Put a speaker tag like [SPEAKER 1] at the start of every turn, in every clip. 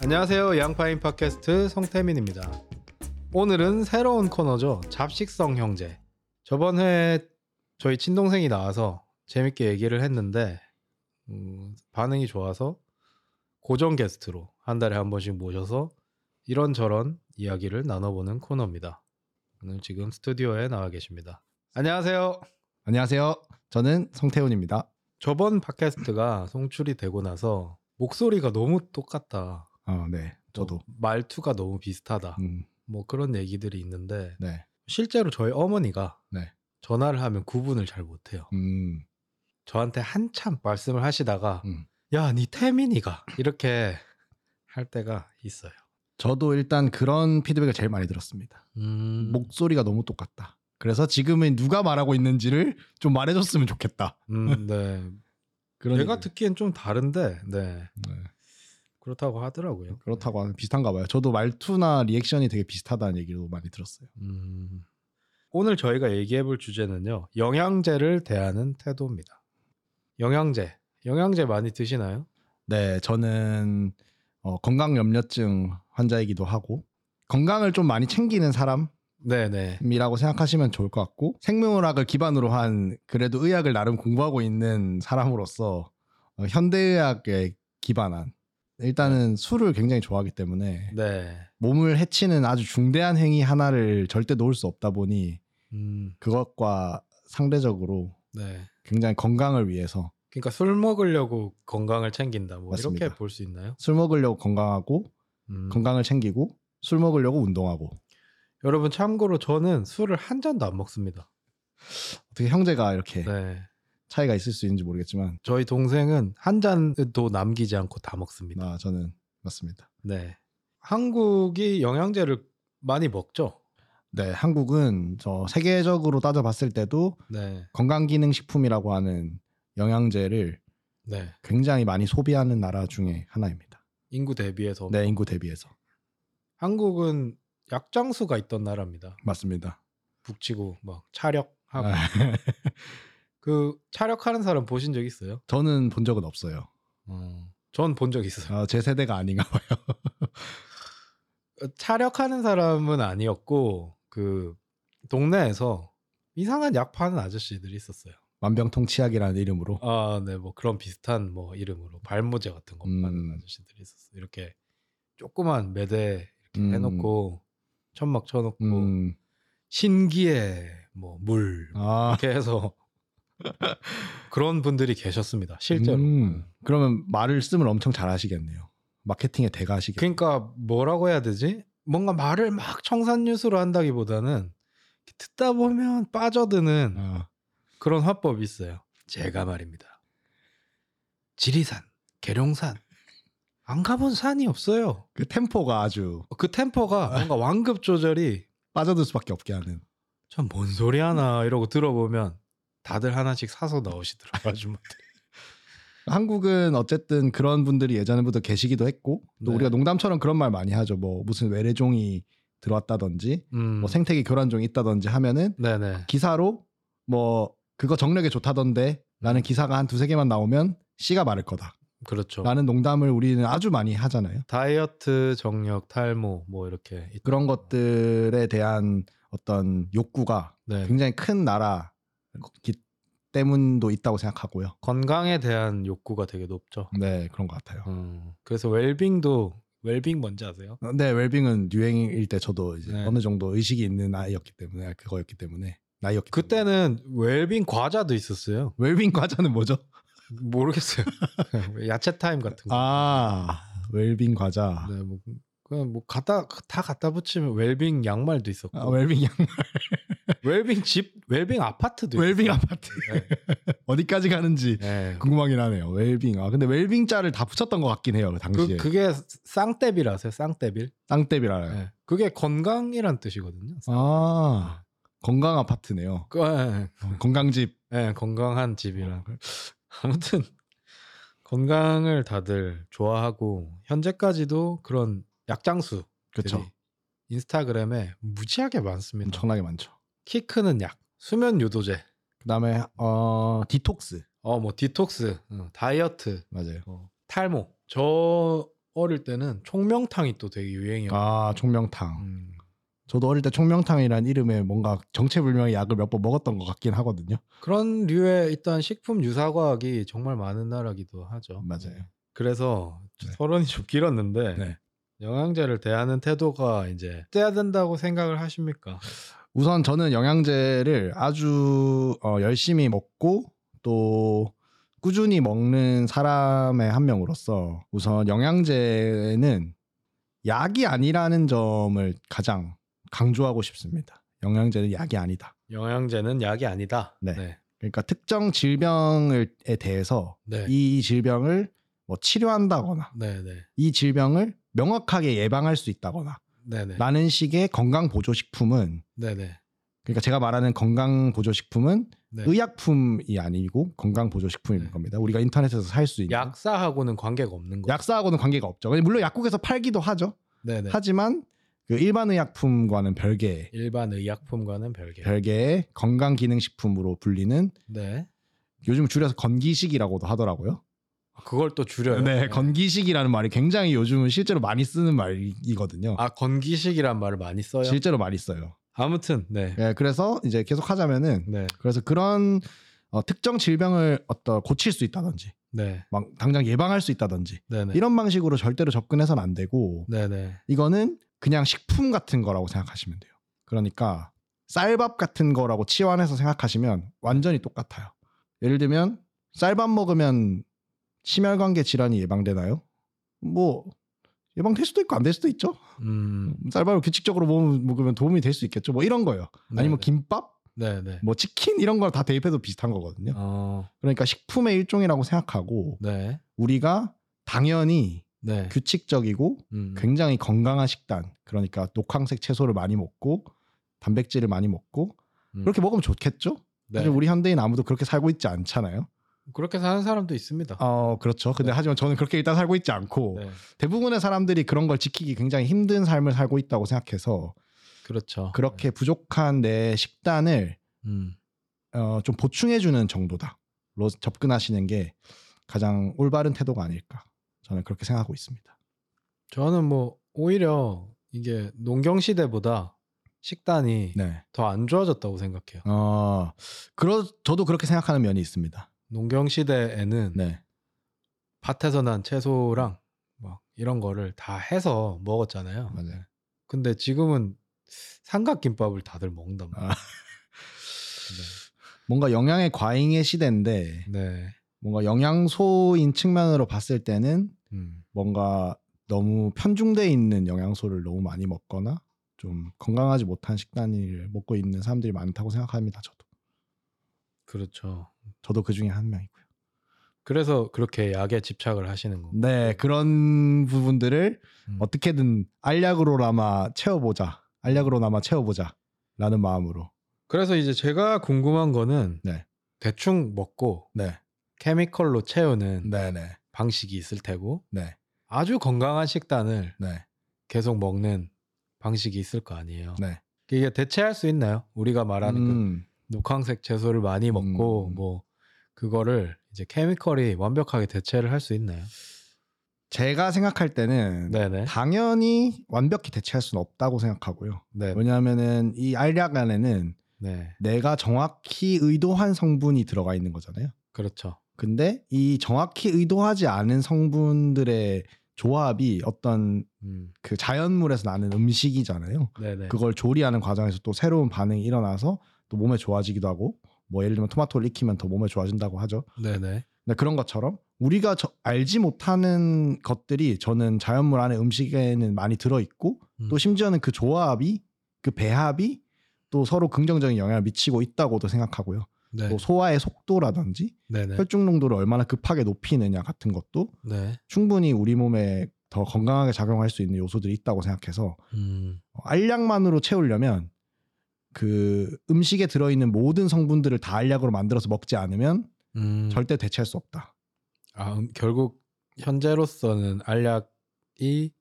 [SPEAKER 1] 안녕하세요. 양파인 팟캐스트 성태민입니다. 오늘은 새로운 코너죠. 잡식성 형제. 저번 회에 저희 친동생이 나와서 재밌게 얘기를 했는데 음, 반응이 좋아서 고정 게스트로 한 달에 한 번씩 모셔서 이런저런 이야기를 나눠보는 코너입니다. 오늘 지금 스튜디오에 나와 계십니다. 안녕하세요.
[SPEAKER 2] 안녕하세요. 저는 성태훈입니다.
[SPEAKER 1] 저번 팟캐스트가 송출이 되고 나서 목소리가 너무 똑같다.
[SPEAKER 2] 어, 네. 저도.
[SPEAKER 1] 말투가 너무 비슷하다.
[SPEAKER 2] 음,
[SPEAKER 1] 뭐 그런 얘기들이 있는데
[SPEAKER 2] 네.
[SPEAKER 1] 실제로 저희 어머니가
[SPEAKER 2] 네.
[SPEAKER 1] 전화를 하면 구분을 잘 못해요.
[SPEAKER 2] 음,
[SPEAKER 1] 저한테 한참 말씀을 하시다가
[SPEAKER 2] 음.
[SPEAKER 1] 야, 니 태민이가 이렇게 할 때가 있어요.
[SPEAKER 2] 저도 일단 그런 피드백을 제일 많이 들었습니다.
[SPEAKER 1] 음,
[SPEAKER 2] 목소리가 너무 똑같다. 그래서 지금은 누가 말하고 있는지를 좀 말해줬으면 좋겠다.
[SPEAKER 1] 음, 네.
[SPEAKER 2] 그런
[SPEAKER 1] 얘가
[SPEAKER 2] 얘기를-
[SPEAKER 1] 듣기엔 좀 다른데, 네.
[SPEAKER 2] 네.
[SPEAKER 1] 그렇다고 하더라고요.
[SPEAKER 2] 그렇다고 하면 비슷한가 봐요. 저도 말투나 리액션이 되게 비슷하다는 얘기도 많이 들었어요.
[SPEAKER 1] 음, 오늘 저희가 얘기해 볼 주제는요. 영양제를 대하는 태도입니다. 영양제. 영양제 많이 드시나요?
[SPEAKER 2] 네, 저는 어, 건강 염려증 환자이기도 하고 건강을 좀 많이 챙기는 사람
[SPEAKER 1] 네네.
[SPEAKER 2] 이라고 생각하시면 좋을 것 같고 생명의학을 기반으로 한 그래도 의학을 나름 공부하고 있는 사람으로서 어, 현대의학에 기반한 일단은 술을 굉장히 좋아하기 때문에
[SPEAKER 1] 네.
[SPEAKER 2] 몸을 해치는 아주 중대한 행위 하나를 절대 놓을 수 없다 보니
[SPEAKER 1] 음,
[SPEAKER 2] 그것과 상대적으로
[SPEAKER 1] 네.
[SPEAKER 2] 굉장히 건강을 위해서
[SPEAKER 1] 그러니까 술 먹으려고 건강을 챙긴다. 뭐 이렇게
[SPEAKER 2] 맞습니다.
[SPEAKER 1] 볼 수 있나요?
[SPEAKER 2] 술 먹으려고 건강하고
[SPEAKER 1] 음.
[SPEAKER 2] 건강을 챙기고 술 먹으려고 운동하고
[SPEAKER 1] 여러분 참고로 저는 술을 한 잔도 안 먹습니다.
[SPEAKER 2] 어떻게 형제가 이렇게
[SPEAKER 1] 네.
[SPEAKER 2] 차이가 있을 수 있는지 모르겠지만
[SPEAKER 1] 저희 동생은 한 잔도 남기지 않고 다 먹습니다.
[SPEAKER 2] 나 저는 맞습니다.
[SPEAKER 1] 네. 한국이 영양제를 많이 먹죠.
[SPEAKER 2] 네, 한국은 저 세계적으로 따져봤을 때도
[SPEAKER 1] 네.
[SPEAKER 2] 건강기능식품이라고 하는 영양제를
[SPEAKER 1] 네.
[SPEAKER 2] 굉장히 많이 소비하는 나라 중에 하나입니다.
[SPEAKER 1] 인구 대비해서
[SPEAKER 2] 네, 인구 대비해서.
[SPEAKER 1] 한국은 약장수가 있던 나라입니다.
[SPEAKER 2] 맞습니다.
[SPEAKER 1] 북치고 막
[SPEAKER 2] 아.
[SPEAKER 1] 차력하고 그 차력하는 사람 보신 적 있어요?
[SPEAKER 2] 저는 본 적은 없어요.
[SPEAKER 1] 전 본 적 있어요.
[SPEAKER 2] 아, 제 세대가 아닌가 봐요.
[SPEAKER 1] 차력하는 어, 사람은 아니었고 그 동네에서 이상한 약 파는 아저씨들이 있었어요.
[SPEAKER 2] 만병통치약이라는 이름으로.
[SPEAKER 1] 아, 네, 뭐 그런 비슷한 뭐 이름으로 발모제 같은 거 파는
[SPEAKER 2] 음.
[SPEAKER 1] 아저씨들이 있었어요. 이렇게 조그만 매대 이렇게
[SPEAKER 2] 음.
[SPEAKER 1] 해놓고 천막 쳐놓고
[SPEAKER 2] 음,
[SPEAKER 1] 신기해 뭐물
[SPEAKER 2] 아,
[SPEAKER 1] 이렇게 해서 그런 분들이 계셨습니다. 실제로.
[SPEAKER 2] 음, 그러면 말을 쓰면 엄청 잘하시겠네요. 마케팅의 대가시겠.
[SPEAKER 1] 그러니까 뭐라고 해야 되지? 뭔가 말을 막 청산유수로 한다기보다는 듣다 보면 빠져드는
[SPEAKER 2] 아,
[SPEAKER 1] 그런 화법이 있어요. 제가 말입니다. 지리산, 계룡산 안 가본 산이 없어요.
[SPEAKER 2] 그 템포가 아주
[SPEAKER 1] 그 템포가 뭔가 완급 조절이
[SPEAKER 2] 빠져들 수밖에 없게 하는.
[SPEAKER 1] 참 뭔 소리 하나 이러고 들어보면 다들 하나씩 사서 넣으시더라고요. 아줌마들.
[SPEAKER 2] 한국은 어쨌든 그런 분들이 예전부터 계시기도 했고 또
[SPEAKER 1] 네.
[SPEAKER 2] 우리가 농담처럼 그런 말 많이 하죠. 뭐 무슨 외래종이 들어왔다든지
[SPEAKER 1] 음,
[SPEAKER 2] 뭐 생태계 교란종이 있다든지 하면은
[SPEAKER 1] 네네.
[SPEAKER 2] 기사로 뭐 그거 정력에 좋다던데 라는 기사가 한 두세 개만 나오면 씨가 마를 거다
[SPEAKER 1] 그렇죠.
[SPEAKER 2] 라는 농담을 우리는 아주 많이 하잖아요.
[SPEAKER 1] 다이어트, 정력, 탈모 뭐 이렇게 있-
[SPEAKER 2] 그런 것들에 대한 어떤 욕구가
[SPEAKER 1] 네.
[SPEAKER 2] 굉장히 큰 나라기 때문도 있다고 생각하고요.
[SPEAKER 1] 건강에 대한 욕구가 되게 높죠.
[SPEAKER 2] 네, 그런 것 같아요.
[SPEAKER 1] 음, 그래서 웰빙도 웰빙 뭔지 아세요?
[SPEAKER 2] 네, 웰빙은 유행일 때 저도 이제
[SPEAKER 1] 네.
[SPEAKER 2] 어느 정도 의식이 있는 나이였기 때문에 아, 그거였기 때문에 나이였기 때문에.
[SPEAKER 1] 그때는 웰빙 과자도 있었어요.
[SPEAKER 2] 웰빙 과자는 뭐죠?
[SPEAKER 1] 모르겠어요. 네, 뭐 야채 타임 같은 거.
[SPEAKER 2] 아 웰빙 과자.
[SPEAKER 1] 네, 뭐 그냥 뭐 갖다 다 갖다 붙이면 웰빙 양말도 있었고
[SPEAKER 2] 아, 웰빙 양
[SPEAKER 1] 웰빙 집, 웰빙 아파트도
[SPEAKER 2] 웰빙
[SPEAKER 1] 있었어요.
[SPEAKER 2] 아파트 그 어디까지 가는지
[SPEAKER 1] 네. 네.
[SPEAKER 2] 궁금하긴 하네요. 웰빙 아 근데 웰빙 자를 다 붙였던 것 같긴 해요 그
[SPEAKER 1] 그,
[SPEAKER 2] 당시에
[SPEAKER 1] 그게 쌍떼빌 아세요? 쌍떼빌?
[SPEAKER 2] 땅대비라요.
[SPEAKER 1] 네. 그게 건강이란 뜻이거든요.
[SPEAKER 2] 아 건강 아파트네요.
[SPEAKER 1] 그, 예,
[SPEAKER 2] 어, 건강집
[SPEAKER 1] 예. 예, 건강한 집이랑 아무튼 건강을 다들 좋아하고 현재까지도 그런 약장수 네,
[SPEAKER 2] 그렇죠.
[SPEAKER 1] 인스타그램에 무지하게 많습니다.
[SPEAKER 2] 엄청나게 많죠.
[SPEAKER 1] 키 크는 약, 수면 유도제,
[SPEAKER 2] 그다음에 어 디톡스
[SPEAKER 1] 어 뭐 디톡스, 어, 다이어트,
[SPEAKER 2] 맞아요.
[SPEAKER 1] 어, 탈모. 저 어릴 때는 총명탕이 또 되게 유행이었고 음,
[SPEAKER 2] 아 총명탕. 저도 어릴 때 총명탕이란 이름에 뭔가 정체불명의 약을 몇 번 먹었던 것 같긴 하거든요.
[SPEAKER 1] 그런 류의 일단 식품 유사과학이 정말 많은 나라기도 하죠. 네,
[SPEAKER 2] 맞아요.
[SPEAKER 1] 그래서
[SPEAKER 2] 네.
[SPEAKER 1] 서론이 좀 길었는데
[SPEAKER 2] 네.
[SPEAKER 1] 영양제를 대하는 태도가 이제 떼야 된다고 생각을 하십니까?
[SPEAKER 2] 우선 저는 영양제를 아주 어, 열심히 먹고 또 꾸준히 먹는 사람의 한 명으로서 우선 영양제는 약이 아니라는 점을 가장 강조하고 싶습니다. 영양제는 약이 아니다.
[SPEAKER 1] 영양제는 약이 아니다.
[SPEAKER 2] 네.
[SPEAKER 1] 네.
[SPEAKER 2] 그러니까 특정 질병에 대해서
[SPEAKER 1] 네.
[SPEAKER 2] 이 질병을 뭐 치료한다거나
[SPEAKER 1] 네, 네.
[SPEAKER 2] 이 질병을 명확하게 예방할 수 있다거나
[SPEAKER 1] 네, 네.
[SPEAKER 2] 라는 식의 건강 보조 식품은
[SPEAKER 1] 네, 네.
[SPEAKER 2] 그러니까 제가 말하는 건강 보조 식품은
[SPEAKER 1] 네.
[SPEAKER 2] 의약품이 아니고 건강 보조 식품인
[SPEAKER 1] 네. 겁니다.
[SPEAKER 2] 겁니다. 우리가 인터넷에서 살 수 있는
[SPEAKER 1] 약사하고는 관계가 없는 거.
[SPEAKER 2] 사하고는 관계가 없죠. 물론 약국에서 팔기도 하죠.
[SPEAKER 1] 네, 네.
[SPEAKER 2] 하지만 그 일반 의약품과는 별개의
[SPEAKER 1] 일반 의약품과는 별개.
[SPEAKER 2] 별개의 건강 기능 식품으로 불리는
[SPEAKER 1] 네.
[SPEAKER 2] 요즘 줄여서 건기식이라고도 하더라고요.
[SPEAKER 1] 그걸 또 줄여요.
[SPEAKER 2] 네, 건기식이라는 말이 굉장히 요즘은 실제로 많이 쓰는 말이거든요.
[SPEAKER 1] 아, 건기식이란 말을 많이 써요.
[SPEAKER 2] 실제로 많이 써요.
[SPEAKER 1] 아무튼 네.
[SPEAKER 2] 네, 그래서 이제 계속 하자면은
[SPEAKER 1] 네.
[SPEAKER 2] 그래서 그런 어, 특정 질병을 어떤 고칠 수 있다든지
[SPEAKER 1] 네.
[SPEAKER 2] 막 당장 예방할 수 있다든지
[SPEAKER 1] 네, 네.
[SPEAKER 2] 이런 방식으로 절대로 접근해서는 안 되고
[SPEAKER 1] 네, 네.
[SPEAKER 2] 이거는 그냥 식품 같은 거라고 생각하시면 돼요. 그러니까 쌀밥 같은 거라고 치환해서 생각하시면 완전히 똑같아요. 예를 들면 쌀밥 먹으면 심혈관계 질환이 예방되나요? 뭐 예방될 수도 있고 안 될 수도 있죠.
[SPEAKER 1] 음.
[SPEAKER 2] 쌀밥을 규칙적으로 먹- 먹으면 도움이 될 수 있겠죠. 뭐 이런 거예요. 아니면
[SPEAKER 1] 네네.
[SPEAKER 2] 김밥,
[SPEAKER 1] 네네.
[SPEAKER 2] 뭐 치킨 이런 걸 다 대입해도 비슷한 거거든요.
[SPEAKER 1] 어,
[SPEAKER 2] 그러니까 식품의 일종이라고 생각하고
[SPEAKER 1] 네,
[SPEAKER 2] 우리가 당연히
[SPEAKER 1] 네.
[SPEAKER 2] 규칙적이고
[SPEAKER 1] 음,
[SPEAKER 2] 그 굉장히 건강한 식단 그러니까 녹황색 채소를 많이 먹고 단백질을 많이 먹고
[SPEAKER 1] 음.
[SPEAKER 2] 그렇게 먹으면 좋겠죠
[SPEAKER 1] 네.
[SPEAKER 2] 사실 우리 현대인 아무도 그렇게 살고 있지 않잖아요
[SPEAKER 1] 그렇게 사는 사람도 있습니다.
[SPEAKER 2] 어 그렇죠 근데 하지만 저는 그렇게 일단 살고 있지 않고
[SPEAKER 1] 네,
[SPEAKER 2] 대부분의 사람들이 그런 걸 지키기 굉장히 힘든 삶을 살고 있다고 생각해서
[SPEAKER 1] 그렇죠.
[SPEAKER 2] 그렇게 부족한 내 식단을
[SPEAKER 1] 음,
[SPEAKER 2] 어, 좀 보충해주는 정도다로 접근하시는 게 가장 올바른 태도가 아닐까 저는 그렇게 생각하고 있습니다.
[SPEAKER 1] 저는 뭐 오히려 이게 농경 시대보다 식단이
[SPEAKER 2] 네.
[SPEAKER 1] 더 안 좋아졌다고 생각해요.
[SPEAKER 2] 어, 그러, 저도 그렇게 생각하는 면이 있습니다.
[SPEAKER 1] 농경 시대에는
[SPEAKER 2] 네.
[SPEAKER 1] 밭에서 난 채소랑 막 이런 거를 다 해서 먹었잖아요.
[SPEAKER 2] 맞아요.
[SPEAKER 1] 근데 지금은 삼각김밥을 다들 먹는단 말이에요.
[SPEAKER 2] 아. 뭔가 영양의 과잉의 시대인데
[SPEAKER 1] 네,
[SPEAKER 2] 뭔가 영양소인 측면으로 봤을 때는
[SPEAKER 1] 음,
[SPEAKER 2] 뭔가 너무 편중돼 있는 영양소를 너무 많이 먹거나 좀 건강하지 못한 식단을 먹고 있는 사람들이 많다고 생각합니다. 저도
[SPEAKER 1] 그렇죠.
[SPEAKER 2] 저도 그 중에 한 명이고요.
[SPEAKER 1] 그래서 그렇게 약에 집착을 하시는 거고.
[SPEAKER 2] 네 그런 부분들을
[SPEAKER 1] 음.
[SPEAKER 2] 어떻게든 알약으로나마 채워보자. 알약으로나마 채워보자. 라는 마음으로.
[SPEAKER 1] 그래서 이제 제가 궁금한 거는
[SPEAKER 2] 네.
[SPEAKER 1] 대충 먹고
[SPEAKER 2] 네.
[SPEAKER 1] 케미컬로 채우는
[SPEAKER 2] 네네.
[SPEAKER 1] 방식이 있을 테고
[SPEAKER 2] 네.
[SPEAKER 1] 아주 건강한 식단을
[SPEAKER 2] 네.
[SPEAKER 1] 계속 먹는 방식이 있을 거 아니에요.
[SPEAKER 2] 네.
[SPEAKER 1] 이게 대체할 수 있나요? 우리가 말하는 그
[SPEAKER 2] 음,
[SPEAKER 1] 녹황색 채소를 많이 먹고
[SPEAKER 2] 음.
[SPEAKER 1] 뭐 그거를 이제 케미컬이 완벽하게 대체를 할 수 있나요?
[SPEAKER 2] 제가 생각할 때는
[SPEAKER 1] 네네.
[SPEAKER 2] 당연히 완벽히 대체할 수는 없다고 생각하고요.
[SPEAKER 1] 네.
[SPEAKER 2] 왜냐하면은 이 알약 안에는
[SPEAKER 1] 네.
[SPEAKER 2] 내가 정확히 의도한 성분이 들어가 있는 거잖아요.
[SPEAKER 1] 그렇죠.
[SPEAKER 2] 근데 이 정확히 의도하지 않은 성분들의 조합이 어떤
[SPEAKER 1] 음.
[SPEAKER 2] 그 자연물에서 나는 음식이잖아요.
[SPEAKER 1] 네네.
[SPEAKER 2] 그걸 조리하는 과정에서 또 새로운 반응이 일어나서 또 몸에 좋아지기도 하고 뭐 예를 들면 토마토를 익히면 더 몸에 좋아진다고 하죠.
[SPEAKER 1] 네네.
[SPEAKER 2] 근데 그런 것처럼 우리가 저- 알지 못하는 것들이 저는 자연물 안에 음식에는 많이 들어 있고
[SPEAKER 1] 음.
[SPEAKER 2] 또 심지어는 그 조합이 그 배합이 또 서로 긍정적인 영향을 미치고 있다고도 생각하고요.
[SPEAKER 1] 네.
[SPEAKER 2] 또 소화의 속도라든지
[SPEAKER 1] 네네.
[SPEAKER 2] 혈중 농도를 얼마나 급하게 높이느냐 같은 것도
[SPEAKER 1] 네.
[SPEAKER 2] 충분히 우리 몸에 더 건강하게 작용할 수 있는 요소들이 있다고 생각해서
[SPEAKER 1] 음.
[SPEAKER 2] 어, 알약만으로 채우려면 그 음식에 들어있는 모든 성분들을 다 알약으로 만들어서 먹지 않으면
[SPEAKER 1] 음.
[SPEAKER 2] 절대 대체할 수 없다.
[SPEAKER 1] 아, 음, 결국 현재로서는 알약이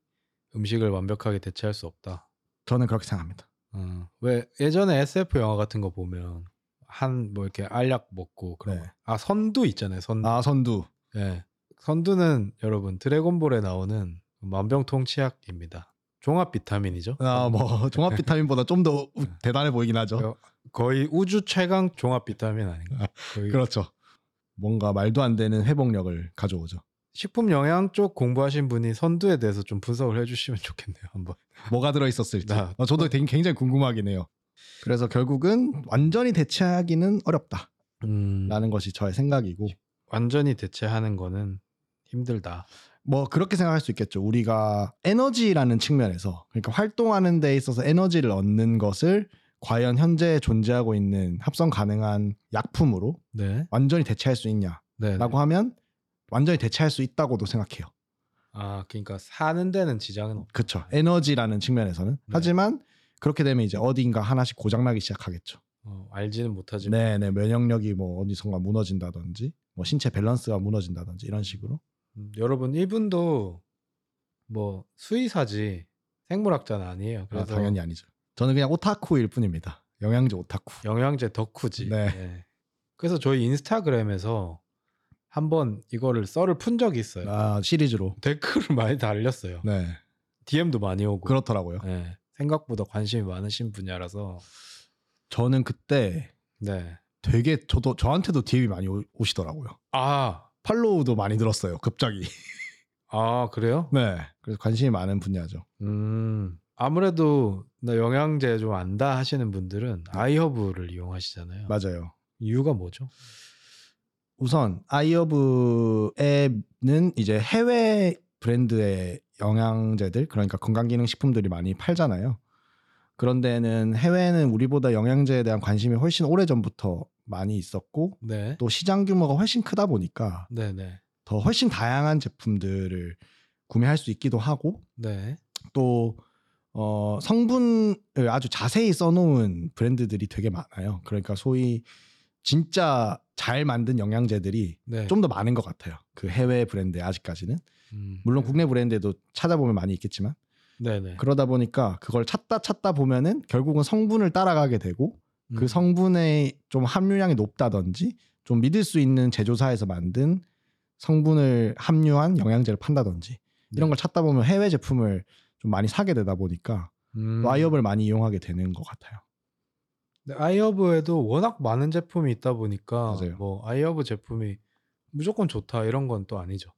[SPEAKER 1] 음식을 완벽하게 대체할 수 없다.
[SPEAKER 2] 저는 그렇게 생각합니다.
[SPEAKER 1] 음, 왜 예전에 SF 영화 같은 거 보면 한 뭐 이렇게 알약 먹고 그런
[SPEAKER 2] 네.
[SPEAKER 1] 거. 아 선두 있잖아요. 선두.
[SPEAKER 2] 아 선두.
[SPEAKER 1] 예. 선두는 여러분 드래곤볼에 나오는 만병통치약입니다. 종합 비타민이죠. 어.
[SPEAKER 2] 아뭐 종합 비타민보다 좀 더 대단해 보이긴 하죠.
[SPEAKER 1] 여- 거의 우주 최강 종합 비타민 아닌가? 거의
[SPEAKER 2] 그렇죠. 뭔가 말도 안 되는 회복력을 가져오죠.
[SPEAKER 1] 식품 영양 쪽 공부하신 분이 선두에 대해서 좀 분석을 해주시면 좋겠네요. 한번.
[SPEAKER 2] 뭐가 들어 있었을지.
[SPEAKER 1] 나-
[SPEAKER 2] 어, 저도 되게- 굉장히 궁금하긴 해요. 그래서 결국은 완전히 대체하기는 어렵다라는
[SPEAKER 1] 음,
[SPEAKER 2] 것이 저의 생각이고
[SPEAKER 1] 완전히 대체하는 거는 힘들다.
[SPEAKER 2] 뭐 그렇게 생각할 수 있겠죠. 우리가 에너지라는 측면에서 그러니까 활동하는 데 있어서 에너지를 얻는 것을 과연 현재 존재하고 있는 합성 가능한 약품으로
[SPEAKER 1] 네.
[SPEAKER 2] 완전히 대체할 수 있냐라고
[SPEAKER 1] 네.
[SPEAKER 2] 하면 완전히 대체할 수 있다고도 생각해요.
[SPEAKER 1] 아, 그러니까 사는 데는 지장은 없.
[SPEAKER 2] 그렇죠. 에너지라는 측면에서는
[SPEAKER 1] 네.
[SPEAKER 2] 하지만 그렇게 되면 이제 어딘가 하나씩 고장나기 시작하겠죠.
[SPEAKER 1] 어, 알지는 못하지만
[SPEAKER 2] 네, 네 면역력이 뭐 어디선가 무너진다든지 뭐 신체 밸런스가 무너진다든지 이런 식으로
[SPEAKER 1] 음, 여러분 이분도 뭐 수의사지 생물학자는 아니에요.
[SPEAKER 2] 아,
[SPEAKER 1] 그래서
[SPEAKER 2] 당연히 아니죠. 저는 그냥 오타쿠일 뿐입니다. 영양제 오타쿠.
[SPEAKER 1] 영양제 덕후지.
[SPEAKER 2] 네.
[SPEAKER 1] 예. 그래서 저희 인스타그램에서 한번 이거를 썰을 푼 적이 있어요.
[SPEAKER 2] 아 시리즈로.
[SPEAKER 1] 댓글을 많이 달렸어요.
[SPEAKER 2] 네.
[SPEAKER 1] DM도 많이 오고.
[SPEAKER 2] 뭐 그렇더라고요.
[SPEAKER 1] 예. 생각보다 관심이 많으신 분야라서
[SPEAKER 2] 저는 그때
[SPEAKER 1] 네.
[SPEAKER 2] 되게 저도 저한테도 DM이 많이 오- 오시더라고요.
[SPEAKER 1] 아,
[SPEAKER 2] 팔로우도 많이 늘었어요. 갑자기.
[SPEAKER 1] 아 그래요?
[SPEAKER 2] 네. 그래서 관심이 많은 분야죠.
[SPEAKER 1] 음. 아무래도 나 영양제 좀 안다 하시는 분들은 아이허브를 이용하시잖아요.
[SPEAKER 2] 네. 맞아요.
[SPEAKER 1] 이유가 뭐죠?
[SPEAKER 2] 우선 아이허브 앱은 이제 해외 브랜드의 영양제들 그러니까 건강기능식품들이 많이 팔잖아요. 그런데는 해외는 우리보다 영양제에 대한 관심이 훨씬 오래 전부터 많이 있었고
[SPEAKER 1] 네.
[SPEAKER 2] 또 시장 규모가 훨씬 크다 보니까
[SPEAKER 1] 네, 네.
[SPEAKER 2] 더 훨씬 다양한 제품들을 구매할 수 있기도 하고
[SPEAKER 1] 네.
[SPEAKER 2] 또 어, 성분을 예, 아주 자세히 써놓은 브랜드들이 되게 많아요. 그러니까 소위 진짜 잘 만든 영양제들이
[SPEAKER 1] 네.
[SPEAKER 2] 좀 더 많은 것 같아요. 그 해외 브랜드 아직까지는
[SPEAKER 1] 음.
[SPEAKER 2] 물론 국내 브랜드에도 찾아보면 많이 있겠지만
[SPEAKER 1] 네, 네.
[SPEAKER 2] 그러다 보니까 그걸 찾다 찾다 보면은 결국은 성분을 따라가게 되고 그
[SPEAKER 1] 음.
[SPEAKER 2] 성분의 좀 함유량이 높다든지 좀 믿을 수 있는 제조사에서 만든 성분을 함유한 영양제를 판다든지 이런
[SPEAKER 1] 네.
[SPEAKER 2] 걸 찾다 보면 해외 제품을 좀 많이 사게 되다 보니까
[SPEAKER 1] 음.
[SPEAKER 2] 와이업을 많이 이용하게 되는 것 같아요.
[SPEAKER 1] 근데 아이허브에도 워낙 많은 제품이 있다 보니까
[SPEAKER 2] 맞아요.
[SPEAKER 1] 뭐 아이허브 제품이 무조건 좋다 이런 건 또 아니죠.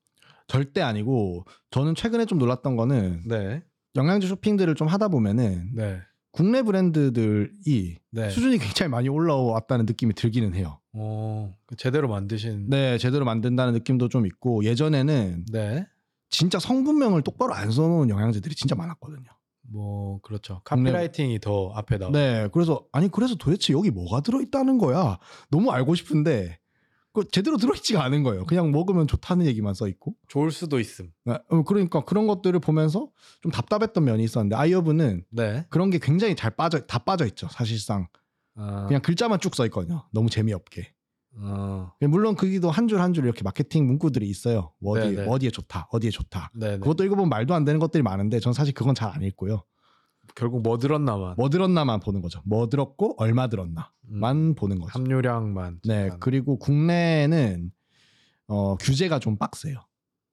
[SPEAKER 2] 절대 아니고 저는 최근에 좀 놀랐던 거는
[SPEAKER 1] 네,
[SPEAKER 2] 영양제 쇼핑들을 좀 하다 보면은
[SPEAKER 1] 네,
[SPEAKER 2] 국내 브랜드들이
[SPEAKER 1] 네.
[SPEAKER 2] 수준이 굉장히 많이 올라왔다는 느낌이 들기는 해요.
[SPEAKER 1] 어, 그 제대로 만드신.
[SPEAKER 2] 네, 제대로 만든다는 느낌도 좀 있고 예전에는
[SPEAKER 1] 네.
[SPEAKER 2] 진짜 성분명을 똑바로 안 써놓은 영양제들이 진짜 많았거든요.
[SPEAKER 1] 뭐 그렇죠.
[SPEAKER 2] 국내-
[SPEAKER 1] 카피라이팅이 더 앞에 나와.
[SPEAKER 2] 네, 그래서 아니 그래서 도대체 여기 뭐가 들어있다는 거야? 너무 알고 싶은데 그 제대로 들어있지가 않은 거예요. 그냥 먹으면 좋다는 얘기만 써 있고.
[SPEAKER 1] 좋을 수도 있음.
[SPEAKER 2] 네, 어, 그러니까 그런 것들을 보면서 좀 답답했던 면이 있었는데 아이어브는
[SPEAKER 1] 네.
[SPEAKER 2] 그런 게 굉장히 잘 빠져 다 빠져 있죠 사실상
[SPEAKER 1] 아,
[SPEAKER 2] 그냥 글자만 쭉 써 있거든요 너무 재미없게
[SPEAKER 1] 어,
[SPEAKER 2] 물론 그기도 한 줄 한 줄 이렇게 마케팅 문구들이 있어요 어디
[SPEAKER 1] 네, 네.
[SPEAKER 2] 어디에 좋다 어디에 좋다
[SPEAKER 1] 네, 네.
[SPEAKER 2] 그것도 읽어보면 말도 안 되는 것들이 많은데 전 사실 그건 잘 안 읽고요
[SPEAKER 1] 결국 뭐 들었나만.
[SPEAKER 2] 뭐 들었나만 보는 거죠 뭐 들었고 얼마 들었나만
[SPEAKER 1] 음,
[SPEAKER 2] 보는 거죠
[SPEAKER 1] 함유량만.
[SPEAKER 2] 네
[SPEAKER 1] 잠깐.
[SPEAKER 2] 그리고 국내는 어, 규제가 좀 빡세요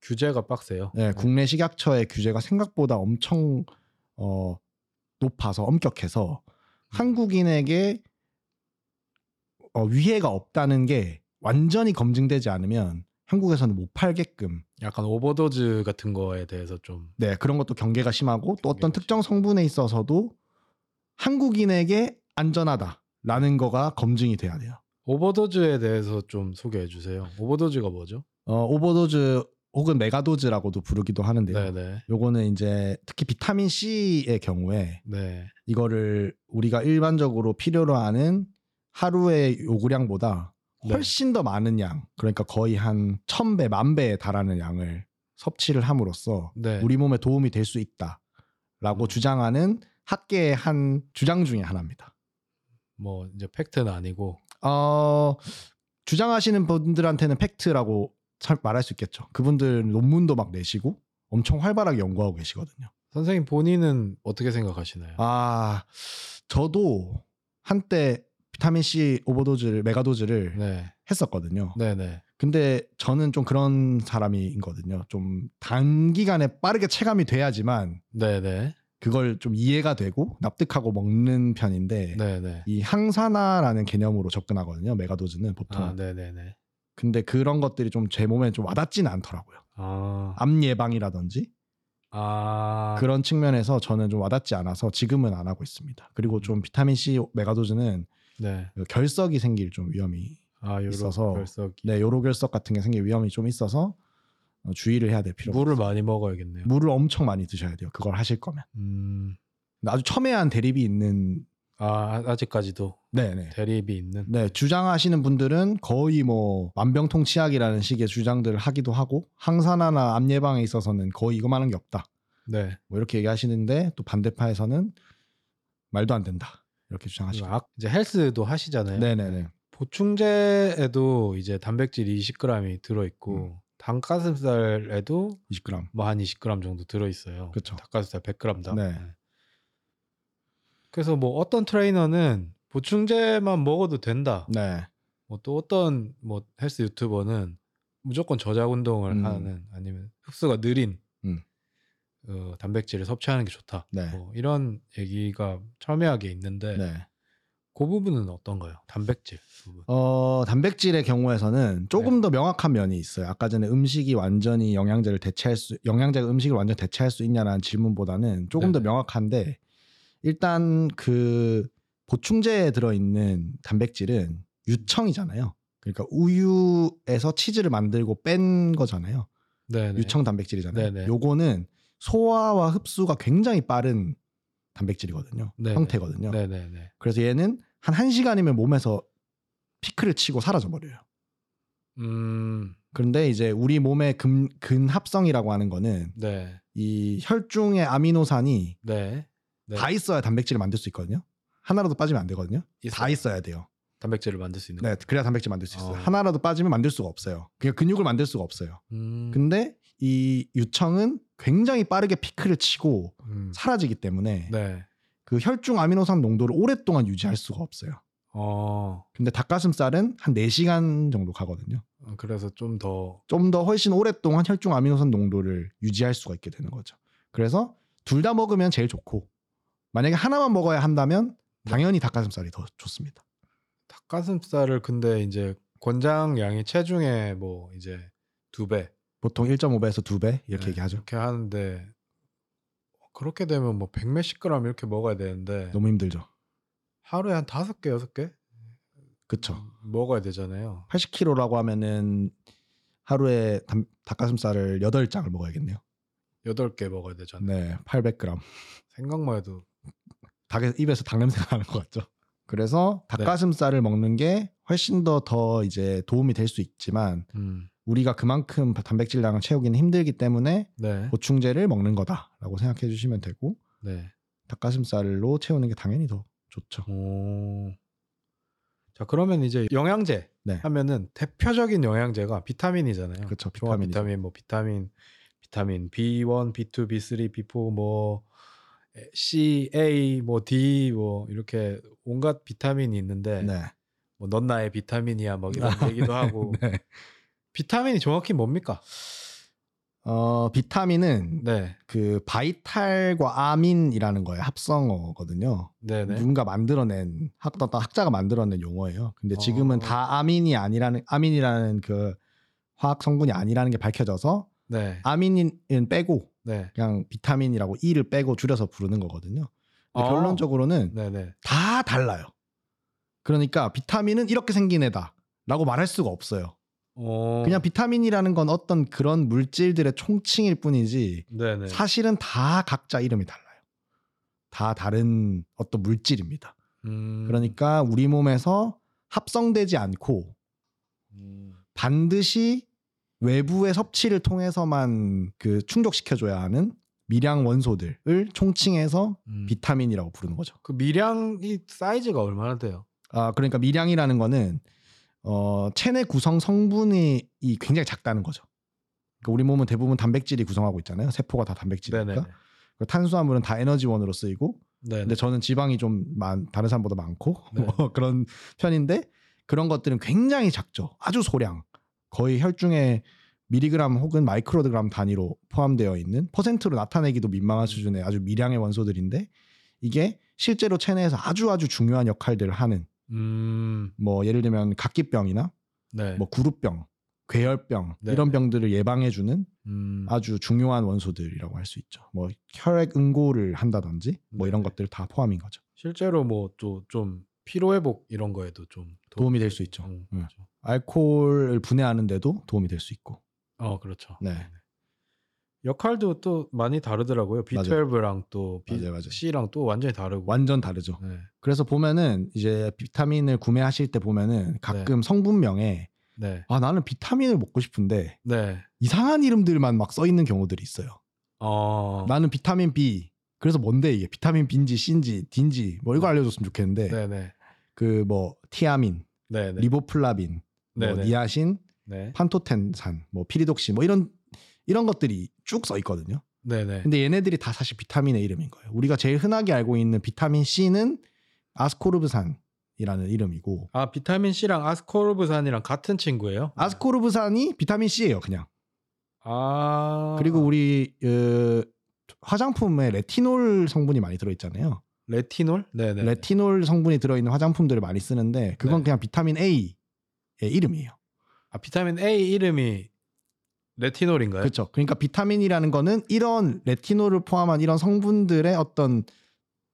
[SPEAKER 1] 규제가 빡세요.
[SPEAKER 2] 네, 국내 식약처의 규제가 생각보다 엄청 어, 높아서 엄격해서 한국인에게 어, 위해가 없다는 게 완전히 검증되지 않으면 한국에서는 못 팔게끔
[SPEAKER 1] 약간 오버도즈 같은 거에 대해서 좀.
[SPEAKER 2] 네 그런 것도 경계가 심하고 또 어떤
[SPEAKER 1] 경계가
[SPEAKER 2] 특정 성분에 있어서도 한국인에게 안전하다라는 거가 검증이 돼야 돼요.
[SPEAKER 1] 오버도즈에 대해서 좀 소개해 주세요. 오버도즈가 뭐죠?
[SPEAKER 2] 어, 오버도즈 혹은 메가도즈라고도 부르기도 하는데요.
[SPEAKER 1] 네, 네.
[SPEAKER 2] 요거는 이제 특히 비타민 C의 경우에
[SPEAKER 1] 네.
[SPEAKER 2] 이거를 우리가 일반적으로 필요로 하는 하루의 요구량보다
[SPEAKER 1] 네.
[SPEAKER 2] 훨씬 더 많은 양, 그러니까 거의 한 천배만 배에 달하는 양을 섭취를 함으로써
[SPEAKER 1] 네.
[SPEAKER 2] 우리 몸에 도움이 될 수 있다라고
[SPEAKER 1] 음.
[SPEAKER 2] 주장하는 학계의 한 주장 중에 하나입니다.
[SPEAKER 1] 뭐 이제 팩트는 아니고
[SPEAKER 2] 어, 주장하시는 분들한테는 팩트라고 참 말할 수 있겠죠. 그분들 논문도 막 내시고 엄청 활발하게 연구하고 계시거든요.
[SPEAKER 1] 선생님 본인은 어떻게 생각하시나요?
[SPEAKER 2] 아 저도 한때 비타민 C 오버도즈를 메가도즈를
[SPEAKER 1] 네,
[SPEAKER 2] 했었거든요.
[SPEAKER 1] 네, 네,
[SPEAKER 2] 근데 저는 좀 그런 사람이거든요. 좀 단기간에 빠르게 체감이 돼야지만
[SPEAKER 1] 네네.
[SPEAKER 2] 그걸 좀 이해가 되고 납득하고 먹는 편인데
[SPEAKER 1] 네네.
[SPEAKER 2] 이 항산화라는 개념으로 접근하거든요. 메가도즈는 보통.
[SPEAKER 1] 아, 네네네.
[SPEAKER 2] 근데 그런 것들이 좀 제 몸에 좀 와닿지는 않더라고요.
[SPEAKER 1] 아,
[SPEAKER 2] 암 예방이라든지
[SPEAKER 1] 아,
[SPEAKER 2] 그런 측면에서 저는 좀 와닿지 않아서 지금은 안 하고 있습니다.
[SPEAKER 1] 음.
[SPEAKER 2] 그리고 좀 비타민 C 메가도즈는
[SPEAKER 1] 네.
[SPEAKER 2] 그 결석이 생길 좀 위험이
[SPEAKER 1] 아, 요런
[SPEAKER 2] 있어서
[SPEAKER 1] 결석이.
[SPEAKER 2] 네 요로 결석 같은 게 생길 위험이 좀 있어서 어, 주의를 해야 될 필요가
[SPEAKER 1] 물을
[SPEAKER 2] 있어요.
[SPEAKER 1] 많이 먹어야겠네요.
[SPEAKER 2] 물을 엄청 많이 드셔야 돼요. 그걸 하실 거면
[SPEAKER 1] 음,
[SPEAKER 2] 근데 아주 첨예한 대립이 있는
[SPEAKER 1] 아, 아직까지도
[SPEAKER 2] 네네
[SPEAKER 1] 대립이 있는.
[SPEAKER 2] 네, 주장하시는 분들은 거의 뭐 만병통치약이라는 식의 주장들을 하기도 하고 항산화나 암 예방에 있어서는 거의 이거만한 게 없다.
[SPEAKER 1] 네.
[SPEAKER 2] 뭐 이렇게 얘기하시는데 또 반대파에서는 말도 안 된다. 이렇게 주장하시고.
[SPEAKER 1] 아, 이제 헬스도 하시잖아요.
[SPEAKER 2] 네, 네, 네.
[SPEAKER 1] 보충제에도 이제 단백질 20g이 들어있고
[SPEAKER 2] 음.
[SPEAKER 1] 닭가슴살에도
[SPEAKER 2] 20g.
[SPEAKER 1] 뭐 한 20g 정도 들어있어요.
[SPEAKER 2] 그쵸.
[SPEAKER 1] 닭가슴살 100g당.
[SPEAKER 2] 네.
[SPEAKER 1] 그래서 뭐 어떤 트레이너는 보충제만 먹어도 된다.
[SPEAKER 2] 네.
[SPEAKER 1] 뭐 또 어떤 뭐 헬스 유튜버는 무조건 저작 운동을
[SPEAKER 2] 음.
[SPEAKER 1] 하는 아니면 흡수가 느린
[SPEAKER 2] 음.
[SPEAKER 1] 어, 단백질을 섭취하는 게 좋다.
[SPEAKER 2] 네.
[SPEAKER 1] 뭐 이런 얘기가 첨예하게 있는데
[SPEAKER 2] 네.
[SPEAKER 1] 그 부분은 어떤가요? 단백질 부분.
[SPEAKER 2] 어, 단백질의 경우에서는 조금
[SPEAKER 1] 네.
[SPEAKER 2] 더 명확한 면이 있어요. 아까 전에 음식이 완전히 영양제를 대체할 수, 영양제가 음식을 완전히 대체할 수 있냐라는 질문보다는 조금 더
[SPEAKER 1] 네네.
[SPEAKER 2] 명확한데, 일단 그 보충제에 들어있는 단백질은 유청이잖아요. 그러니까 우유에서 치즈를 만들고 뺀 거잖아요.
[SPEAKER 1] 네네.
[SPEAKER 2] 유청 단백질이잖아요.
[SPEAKER 1] 네네.
[SPEAKER 2] 요거는 소화와 흡수가 굉장히 빠른 단백질이거든요.
[SPEAKER 1] 네네.
[SPEAKER 2] 형태거든요.
[SPEAKER 1] 네네네.
[SPEAKER 2] 그래서 얘는 한 1시간이면 몸에서 피크를 치고 사라져 버려요.
[SPEAKER 1] 음,
[SPEAKER 2] 그런데 이제 우리 몸의 금, 근합성이라고 하는 거는
[SPEAKER 1] 네,
[SPEAKER 2] 이 혈중의 아미노산이
[SPEAKER 1] 네. 네.
[SPEAKER 2] 다 있어야 단백질을 만들 수 있거든요. 하나라도 빠지면 안 되거든요. 다 있어야 돼요.
[SPEAKER 1] 단백질을 만들 수 있는.
[SPEAKER 2] 네, 그래야 단백질 만들 수 있어요.
[SPEAKER 1] 어.
[SPEAKER 2] 하나라도 빠지면 만들 수가 없어요. 그냥 근육을 만들 수가 없어요.
[SPEAKER 1] 음,
[SPEAKER 2] 근데 이 유청은 굉장히 빠르게 피크를 치고
[SPEAKER 1] 음.
[SPEAKER 2] 사라지기 때문에
[SPEAKER 1] 네.
[SPEAKER 2] 그 혈중 아미노산 농도를 오랫동안 유지할 수가 없어요.
[SPEAKER 1] 어,
[SPEAKER 2] 근데 닭가슴살은 한 4시간 정도 가거든요.
[SPEAKER 1] 어, 그래서 좀 더
[SPEAKER 2] 좀 더 훨씬 오랫동안 혈중 아미노산 농도를 유지할 수가 있게 되는 거죠. 그래서 둘 다 먹으면 제일 좋고 만약에 하나만 먹어야 한다면 당연히 닭가슴살이 더 좋습니다.
[SPEAKER 1] 닭가슴살을 근데 이제 권장 양이 체중의 뭐 이제 두 배.
[SPEAKER 2] 보통 1.5배에서 2배 이렇게
[SPEAKER 1] 네,
[SPEAKER 2] 얘기하죠.
[SPEAKER 1] 이렇게 하는데 그렇게 되면 뭐 100몇십 그램 이렇게 먹어야 되는데
[SPEAKER 2] 너무 힘들죠.
[SPEAKER 1] 하루에 한 다섯 개 여섯 개
[SPEAKER 2] 그쵸.
[SPEAKER 1] 먹어야 되잖아요.
[SPEAKER 2] 80kg라고 하면은 하루에 담- 닭가슴살을 8장을 먹어야겠네요.
[SPEAKER 1] 여덟 개 먹어야 되잖아요.
[SPEAKER 2] 네, 800g.
[SPEAKER 1] 생각만 해도
[SPEAKER 2] 닭의 입에서 닭 냄새가 나는 것 같죠. 그래서 닭가슴살을 먹는 게 훨씬 더 더 이제 도움이 될 수 있지만
[SPEAKER 1] 음,
[SPEAKER 2] 우리가 그만큼 단백질량을 채우기는 힘들기 때문에
[SPEAKER 1] 네,
[SPEAKER 2] 보충제를 먹는 거다라고 생각해 주시면 되고
[SPEAKER 1] 네.
[SPEAKER 2] 닭가슴살로 채우는 게 당연히 더 좋죠.
[SPEAKER 1] 오. 자 그러면 이제 영양제
[SPEAKER 2] 네.
[SPEAKER 1] 하면은 대표적인 영양제가 비타민이잖아요.
[SPEAKER 2] 그렇죠.
[SPEAKER 1] 종합
[SPEAKER 2] 비타민이죠.
[SPEAKER 1] 비타민 뭐 비타민 비타민 B1, B2, B3, B4 뭐 C, A, 뭐 D 뭐 이렇게 온갖 비타민이 있는데
[SPEAKER 2] 네.
[SPEAKER 1] 뭐 넌 나의 비타민이야 막 이런 얘기도 하고
[SPEAKER 2] 네.
[SPEAKER 1] 비타민이 정확히 뭡니까?
[SPEAKER 2] 어, 비타민은
[SPEAKER 1] 네,
[SPEAKER 2] 그 바이탈과 아민이라는 거예요. 합성어거든요.
[SPEAKER 1] 네, 네.
[SPEAKER 2] 누군가 만들어낸 학, 어떤 학자가 만들어낸 용어예요. 근데 지금은
[SPEAKER 1] 어.
[SPEAKER 2] 다 아민이 아니라는 아민이라는 그 화학 성분이 아니라는 게 밝혀져서
[SPEAKER 1] 네,
[SPEAKER 2] 아민은 빼고
[SPEAKER 1] 네,
[SPEAKER 2] 그냥 비타민이라고 E를 빼고 줄여서 부르는 거거든요. 근데
[SPEAKER 1] 어.
[SPEAKER 2] 결론적으로는
[SPEAKER 1] 네, 네.
[SPEAKER 2] 다 달라요. 그러니까 비타민은 이렇게 생긴 애다라고 말할 수가 없어요.
[SPEAKER 1] 어,
[SPEAKER 2] 그냥 비타민이라는 건 어떤 그런 물질들의 총칭일 뿐이지
[SPEAKER 1] 네, 네.
[SPEAKER 2] 사실은 다 각자 이름이 달라요. 다 다른 어떤 물질입니다.
[SPEAKER 1] 음,
[SPEAKER 2] 그러니까 우리 몸에서 합성되지 않고
[SPEAKER 1] 음,
[SPEAKER 2] 반드시 외부의 섭취를 통해서만 그 충족시켜줘야 하는 미량 원소들을 총칭해서
[SPEAKER 1] 음.
[SPEAKER 2] 비타민이라고 부르는 거죠.
[SPEAKER 1] 그 미량이 사이즈가 얼마나 돼요?
[SPEAKER 2] 아 그러니까 미량이라는 거는 어 체내 구성 성분이 이 굉장히 작다는 거죠. 그러니까 우리 몸은 대부분 단백질이 구성하고 있잖아요. 세포가 다
[SPEAKER 1] 네네.
[SPEAKER 2] 단백질이니까. 그 탄수화물은 다 에너지원으로 쓰이고,
[SPEAKER 1] 네.
[SPEAKER 2] 근데 저는 지방이 좀 많, 다른 사람보다 많고
[SPEAKER 1] 네.
[SPEAKER 2] 뭐 그런 편인데 그런 것들은 굉장히 작죠. 아주 소량 거의 혈중에 미리그램 혹은 마이크로그램 단위로 포함되어 있는 퍼센트로 나타내기도 민망한 수준의 아주 미량의 원소들인데 이게 실제로 체내에서 아주 아주 중요한 역할들을 하는
[SPEAKER 1] 음,
[SPEAKER 2] 뭐 예를 들면 각기병이나
[SPEAKER 1] 네.
[SPEAKER 2] 뭐 구루병, 괴혈병
[SPEAKER 1] 네.
[SPEAKER 2] 이런 병들을 예방해주는
[SPEAKER 1] 음,
[SPEAKER 2] 아주 중요한 원소들이라고 할 수 있죠. 뭐 혈액 응고를 한다든지 뭐 이런
[SPEAKER 1] 네.
[SPEAKER 2] 것들 다 포함인 거죠.
[SPEAKER 1] 실제로 뭐 또 좀 피로 회복 이런 거에도 좀
[SPEAKER 2] 도움이 될수 있죠.
[SPEAKER 1] 음,
[SPEAKER 2] 음.
[SPEAKER 1] 그렇죠.
[SPEAKER 2] 알코올을 분해하는데도 도움이 될 수 있고.
[SPEAKER 1] 어, 그렇죠.
[SPEAKER 2] 네.
[SPEAKER 1] 역할도 또 많이 다르더라고요. B12랑 또 B,
[SPEAKER 2] 맞아요, 맞아요.
[SPEAKER 1] C랑 또 완전히 다르고.
[SPEAKER 2] 완전 다르죠.
[SPEAKER 1] 네.
[SPEAKER 2] 그래서 보면은 이제 비타민을 구매하실 때 보면은 가끔 성분명에
[SPEAKER 1] 네.
[SPEAKER 2] 아 나는 비타민을 먹고 싶은데
[SPEAKER 1] 네.
[SPEAKER 2] 이상한 이름들만 막 써 있는 경우들이 있어요.
[SPEAKER 1] 어.
[SPEAKER 2] 나는 비타민 B. 그래서 뭔데 이게 비타민 B인지 C인지 D인지 뭐 이거 알려줬으면 좋겠는데
[SPEAKER 1] 네, 네.
[SPEAKER 2] 그 뭐 티아민,
[SPEAKER 1] 네, 네.
[SPEAKER 2] 리보플라빈, 뭐
[SPEAKER 1] 네, 네.
[SPEAKER 2] 니아신,
[SPEAKER 1] 네.
[SPEAKER 2] 판토텐산, 뭐 피리독신 뭐 이런 이런 것들이 쭉 써 있거든요.
[SPEAKER 1] 네, 네.
[SPEAKER 2] 근데 얘네들이 다 사실 비타민의 이름인 거예요. 우리가 제일 흔하게 알고 있는 비타민 C는 아스코르브산이라는 이름이고
[SPEAKER 1] 아, 비타민 C랑 아스코르브산이랑 같은 친구예요?
[SPEAKER 2] 아스코르브산이 비타민 C예요, 그냥.
[SPEAKER 1] 아.
[SPEAKER 2] 그리고 우리 어, 화장품에 레티놀 성분이 많이 들어 있잖아요.
[SPEAKER 1] 레티놀? 네, 네.
[SPEAKER 2] 레티놀 성분이 들어 있는 화장품들을 많이 쓰는데 그건
[SPEAKER 1] 네.
[SPEAKER 2] 그냥 비타민 A의 이름이에요.
[SPEAKER 1] 아, 비타민 A 이름이 레티놀인가요?
[SPEAKER 2] 그렇죠. 그러니까 비타민이라는 거는 이런 레티놀을 포함한 이런 성분들의 어떤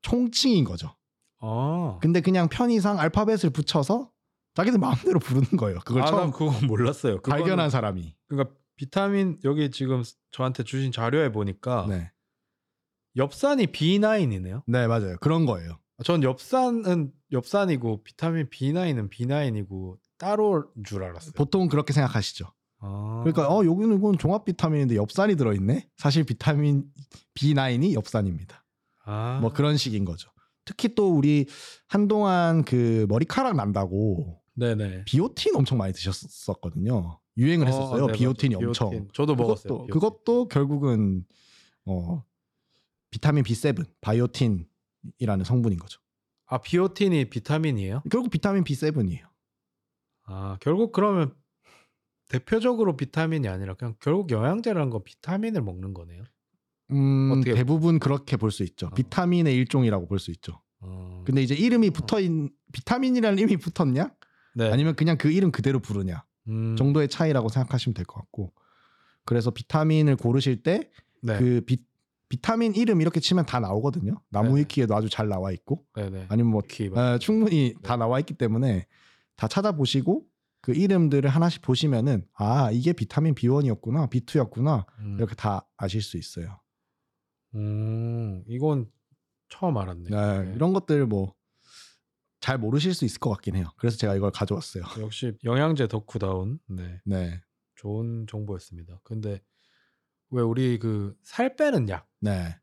[SPEAKER 2] 총칭인 거죠.
[SPEAKER 1] 아.
[SPEAKER 2] 근데 그냥 편의상 알파벳을 붙여서 자기들 마음대로 부르는 거예요. 그걸
[SPEAKER 1] 아,
[SPEAKER 2] 처음
[SPEAKER 1] 난 그거 몰랐어요. 그거는-
[SPEAKER 2] 발견한 사람이.
[SPEAKER 1] 그러니까 비타민 여기 지금 저한테 주신 자료에 보니까
[SPEAKER 2] 네.
[SPEAKER 1] 엽산이 B9이네요.
[SPEAKER 2] 네, 맞아요. 그런 거예요.
[SPEAKER 1] 전 엽산은 엽산이고 비타민 B9은 B9이고 따로 줄 알았어요.
[SPEAKER 2] 보통 그렇게 생각하시죠.
[SPEAKER 1] 아.
[SPEAKER 2] 그러니까 어 여기는 이건 종합 비타민인데 엽산이 들어 있네. 사실 비타민 B9이 엽산입니다.
[SPEAKER 1] 아.
[SPEAKER 2] 뭐 그런 식인 거죠. 특히 또 우리 한동안 그 머리카락 난다고
[SPEAKER 1] 네네.
[SPEAKER 2] 비오틴 엄청 많이 드셨었거든요. 유행을 했었어요.
[SPEAKER 1] 어, 네,
[SPEAKER 2] 비오틴이
[SPEAKER 1] 맞아요.
[SPEAKER 2] 엄청.
[SPEAKER 1] 비오틴. 저도 먹었어요.
[SPEAKER 2] 그것도,
[SPEAKER 1] 비오틴.
[SPEAKER 2] 그것도 결국은 어 비타민 B7, 바이오틴이라는 성분인 거죠.
[SPEAKER 1] 아 비오틴이 비타민이에요?
[SPEAKER 2] 결국 비타민 B7이에요.
[SPEAKER 1] 아 결국 그러면 대표적으로 비타민이 아니라 그냥 결국 영양제라는 건 비타민을 먹는 거네요.
[SPEAKER 2] 음,
[SPEAKER 1] 어떻게-
[SPEAKER 2] 대부분 그렇게 볼 수 있죠.
[SPEAKER 1] 어.
[SPEAKER 2] 비타민의 일종이라고 볼 수 있죠.
[SPEAKER 1] 어,
[SPEAKER 2] 근데 이제 이름이 붙어 있 비타민이라는 이름이 붙었냐?
[SPEAKER 1] 네.
[SPEAKER 2] 아니면 그냥 그 이름 그대로 부르냐
[SPEAKER 1] 음,
[SPEAKER 2] 정도의 차이라고 생각하시면 될 것 같고. 그래서 비타민을 고르실 때
[SPEAKER 1] 네.
[SPEAKER 2] 그 비, 비타민 이름 이렇게 치면 다 나오거든요. 나무
[SPEAKER 1] 네네.
[SPEAKER 2] 위키에도 아주 잘 나와 있고
[SPEAKER 1] 네네. 네.
[SPEAKER 2] 아니면 뭐
[SPEAKER 1] 키
[SPEAKER 2] 아, 충분히 다 나와 있기 때문에 다 찾아보시고 그 이름들을 하나씩 보시면은 아 이게 비타민 B1이었구나 B2였구나
[SPEAKER 1] 음.
[SPEAKER 2] 이렇게 다 아실 수 있어요.
[SPEAKER 1] 음, 이건 처음 알았네.
[SPEAKER 2] 네,
[SPEAKER 1] 네.
[SPEAKER 2] 이런 것들 뭐 잘 모르실 수 있을 것 같긴 해요. 그래서 제가 이걸 가져왔어요.
[SPEAKER 1] 역시 영양제 덕후다운 네,
[SPEAKER 2] 네,
[SPEAKER 1] 좋은 정보였습니다. 근데 왜 우리 그 살 빼는 약
[SPEAKER 2] 네,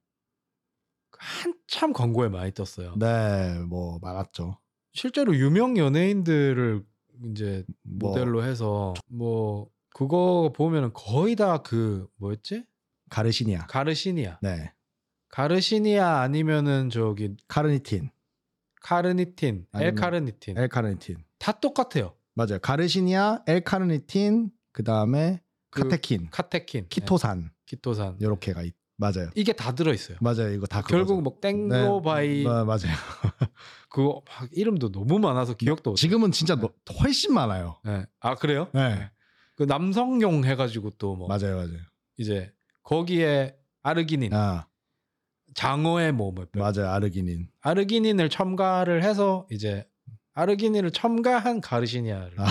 [SPEAKER 1] 한참 광고에 많이 떴어요.
[SPEAKER 2] 네, 뭐 많았죠.
[SPEAKER 1] 실제로 유명 연예인들을 이제
[SPEAKER 2] 뭐
[SPEAKER 1] 모델로 해서 뭐 그거 보면 거의 다 그 뭐였지?
[SPEAKER 2] 가르시니아,
[SPEAKER 1] 가르시니아.
[SPEAKER 2] 네,
[SPEAKER 1] 가르시니아 아니면은 저기
[SPEAKER 2] 카르니틴,
[SPEAKER 1] 카르니틴,
[SPEAKER 2] 아니면
[SPEAKER 1] 엘카르니틴
[SPEAKER 2] 엘카르니틴
[SPEAKER 1] 다 똑같아요.
[SPEAKER 2] 맞아요. 가르시니아, 엘카르니틴 그 다음에
[SPEAKER 1] 그
[SPEAKER 2] 카테킨,
[SPEAKER 1] 카테킨,
[SPEAKER 2] 키토산
[SPEAKER 1] 네, 키토산
[SPEAKER 2] 이렇게가 있, 맞아요.
[SPEAKER 1] 이게 다 들어 있어요.
[SPEAKER 2] 맞아요. 이거 다
[SPEAKER 1] 결국
[SPEAKER 2] 그거죠.
[SPEAKER 1] 뭐 땡로바이
[SPEAKER 2] 네, 마- 맞아요.
[SPEAKER 1] 그거 막 이름도 너무 많아서 기억도 못.
[SPEAKER 2] 지금은 진짜 너- 훨씬 많아요.
[SPEAKER 1] 네. 아 그래요?
[SPEAKER 2] 네.
[SPEAKER 1] 그 남성용 해가지고 또 뭐
[SPEAKER 2] 맞아요, 맞아요.
[SPEAKER 1] 이제 거기에 아르기닌,
[SPEAKER 2] 아, 네,
[SPEAKER 1] 장어의 뭐뭐
[SPEAKER 2] 맞아요. 아르기닌.
[SPEAKER 1] 아르기닌을 첨가를 해서 이제 아르기닌을 첨가한 가르시니아를
[SPEAKER 2] 아.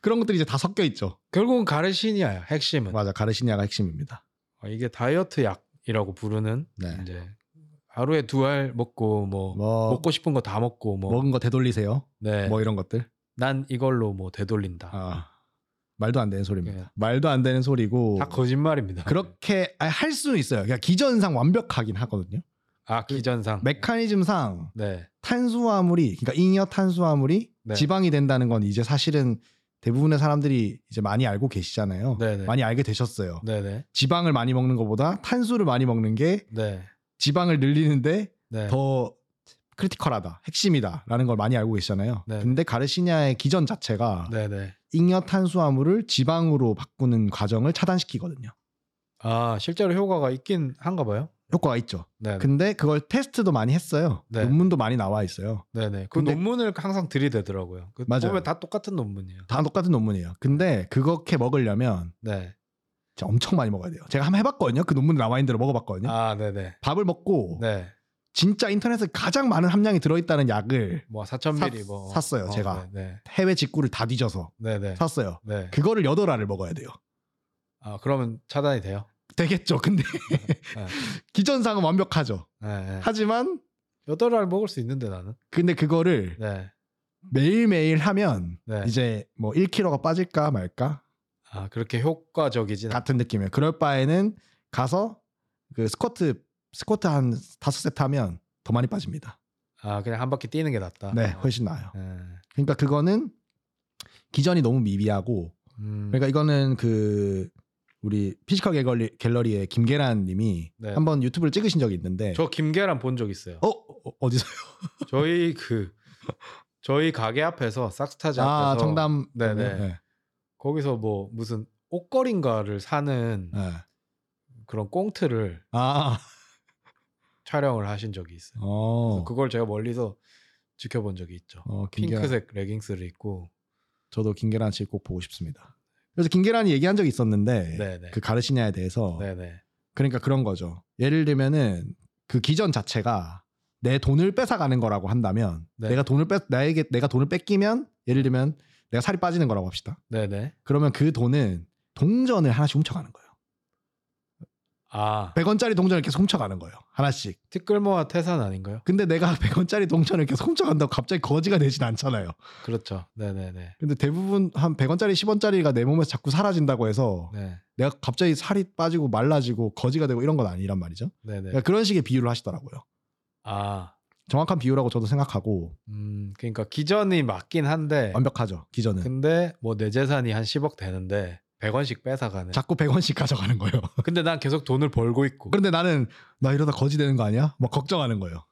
[SPEAKER 2] 그런 것들이 이제 다 섞여 있죠.
[SPEAKER 1] 결국은 가르시니아야 핵심은
[SPEAKER 2] 맞아. 가르시니아가 핵심입니다.
[SPEAKER 1] 어, 이게 다이어트 약이라고 부르는
[SPEAKER 2] 네.
[SPEAKER 1] 이제 하루에 두 알 먹고 뭐
[SPEAKER 2] 뭐
[SPEAKER 1] 먹고 싶은 거 다 먹고 뭐
[SPEAKER 2] 먹은 거 되돌리세요.
[SPEAKER 1] 네.
[SPEAKER 2] 뭐 이런 것들.
[SPEAKER 1] 난 이걸로 뭐 되돌린다.
[SPEAKER 2] 아. 말도 안 되는 소리입니다.
[SPEAKER 1] 네.
[SPEAKER 2] 말도 안 되는 소리고
[SPEAKER 1] 다 거짓말입니다.
[SPEAKER 2] 뭐. 그렇게 아니, 할 수는 있어요. 그러니까 기전상 완벽하긴 하거든요.
[SPEAKER 1] 아 기전상
[SPEAKER 2] 그 메커니즘상
[SPEAKER 1] 네.
[SPEAKER 2] 탄수화물이 그러니까 잉여 탄수화물이
[SPEAKER 1] 네.
[SPEAKER 2] 지방이 된다는 건 이제 사실은 대부분의 사람들이 이제 많이 알고 계시잖아요.
[SPEAKER 1] 네네.
[SPEAKER 2] 많이 알게 되셨어요.
[SPEAKER 1] 네네.
[SPEAKER 2] 지방을 많이 먹는 것보다 탄수를 많이 먹는 게
[SPEAKER 1] 네.
[SPEAKER 2] 지방을 늘리는데
[SPEAKER 1] 네.
[SPEAKER 2] 더 크리티컬하다, 핵심이다라는 걸 많이 알고 계시잖아요.
[SPEAKER 1] 네.
[SPEAKER 2] 근데 가르시냐의 기전 자체가
[SPEAKER 1] 네네.
[SPEAKER 2] 잉여 탄수화물을 지방으로 바꾸는 과정을 차단시키거든요.
[SPEAKER 1] 아 실제로 효과가 있긴 한가 봐요.
[SPEAKER 2] 효과가 있죠.
[SPEAKER 1] 네,
[SPEAKER 2] 근데 그걸 테스트도 많이 했어요.
[SPEAKER 1] 네.
[SPEAKER 2] 논문도 많이 나와 있어요.
[SPEAKER 1] 네, 네. 그
[SPEAKER 2] 근데-
[SPEAKER 1] 논문을 항상 들이대더라고요. 그
[SPEAKER 2] 맞아요.
[SPEAKER 1] 보면 다 똑같은 논문이에요.
[SPEAKER 2] 다 똑같은 논문이에요. 근데 그렇게 먹으려면
[SPEAKER 1] 네.
[SPEAKER 2] 진짜 엄청 많이 먹어야 돼요. 제가 한번 해봤거든요. 그 논문에 나와 있는 대로 먹어봤거든요.
[SPEAKER 1] 아, 네, 네.
[SPEAKER 2] 밥을 먹고
[SPEAKER 1] 네.
[SPEAKER 2] 진짜 인터넷에 가장 많은 함량이 들어있다는 약을
[SPEAKER 1] 뭐 4,000ml
[SPEAKER 2] 사-
[SPEAKER 1] 뭐
[SPEAKER 2] 샀어요, 제가.
[SPEAKER 1] 네,
[SPEAKER 2] 해외 직구를 다 뒤져서
[SPEAKER 1] 네, 네. 네.
[SPEAKER 2] 샀어요.
[SPEAKER 1] 네.
[SPEAKER 2] 그거를 여덟 알을 먹어야 돼요.
[SPEAKER 1] 아 그러면 차단이 돼요.
[SPEAKER 2] 되겠죠. 근데 기전상은 완벽하죠.
[SPEAKER 1] 네, 네.
[SPEAKER 2] 하지만
[SPEAKER 1] 여덟 알 먹을 수 있는데 나는.
[SPEAKER 2] 근데 그거를
[SPEAKER 1] 네.
[SPEAKER 2] 매일매일 하면
[SPEAKER 1] 네.
[SPEAKER 2] 이제 뭐 1kg가 빠질까 말까
[SPEAKER 1] 아 그렇게 효과적이진 않.
[SPEAKER 2] 같은 느낌이에요. 그럴 바에는 가서 그 스쿼트 스쿼트 한 다섯 세트 하면 더 많이 빠집니다.
[SPEAKER 1] 아 그냥 한 바퀴 뛰는 게 낫다.
[SPEAKER 2] 네, 훨씬 나아요.
[SPEAKER 1] 네.
[SPEAKER 2] 그러니까 그거는 기전이 너무 미비하고
[SPEAKER 1] 음,
[SPEAKER 2] 그러니까 이거는 그 우리 피지컬 갤러리, 갤러리의 김계란 님이
[SPEAKER 1] 네.
[SPEAKER 2] 한번 유튜브를 찍으신 적이 있는데
[SPEAKER 1] 저 김계란 본 적 있어요.
[SPEAKER 2] 어? 어, 어디서?
[SPEAKER 1] 저희 그 저희 가게 앞에서 싹스타즈 앞에서
[SPEAKER 2] 아, 정담.
[SPEAKER 1] 네네.
[SPEAKER 2] 네.
[SPEAKER 1] 거기서 뭐 무슨 옷걸인가를 사는
[SPEAKER 2] 네.
[SPEAKER 1] 그런 꽁트를
[SPEAKER 2] 아.
[SPEAKER 1] 촬영을 하신 적이 있어요.
[SPEAKER 2] 어.
[SPEAKER 1] 그래서 그걸 제가 멀리서 지켜본 적이 있죠.
[SPEAKER 2] 어, 김계란.
[SPEAKER 1] 핑크색 레깅스를 입고
[SPEAKER 2] 저도 김계란 씨 꼭 보고 싶습니다. 그래서 김계란이 얘기한 적이 있었는데
[SPEAKER 1] 네네
[SPEAKER 2] 그 가르치냐에 대해서
[SPEAKER 1] 네네
[SPEAKER 2] 그러니까 그런 거죠. 예를 들면은 그 기전 자체가 내 돈을 뺏어가는 거라고 한다면
[SPEAKER 1] 네.
[SPEAKER 2] 내가 돈을 뺏 나에게 내가 돈을 뺏기면 예를 들면 내가 살이 빠지는 거라고 합시다.
[SPEAKER 1] 네네
[SPEAKER 2] 그러면 그 돈은 동전을 하나씩 훔쳐가는 거예요.
[SPEAKER 1] 아
[SPEAKER 2] 100원짜리 동전을 계속 훔쳐가는 거예요. 하나씩.
[SPEAKER 1] 티끌모아 태산 아닌가요?
[SPEAKER 2] 근데 내가 100원짜리 동전을 계속 훔쳐간다고 갑자기 거지가 되진 않잖아요.
[SPEAKER 1] 그렇죠. 네네네
[SPEAKER 2] 근데 대부분 한 100원짜리, 10원짜리가 내 몸에서 자꾸 사라진다고 해서
[SPEAKER 1] 네
[SPEAKER 2] 내가 갑자기 살이 빠지고 말라지고 거지가 되고 이런 건 아니란 말이죠.
[SPEAKER 1] 네네
[SPEAKER 2] 그러니까 그런 식의 비유를 하시더라고요.
[SPEAKER 1] 아
[SPEAKER 2] 정확한 비유라고 저도 생각하고
[SPEAKER 1] 음, 그러니까 기전이 맞긴 한데
[SPEAKER 2] 완벽하죠. 기전은.
[SPEAKER 1] 네. 근데 뭐 내 재산이 한 10억 되는데 100원씩 뺏어가는
[SPEAKER 2] 자꾸 100원씩 가져가는 거예요.
[SPEAKER 1] 근데 난 계속 돈을 벌고 있고
[SPEAKER 2] 그런데 나는 나 이러다 거지 되는 거 아니야? 막 걱정하는 거예요.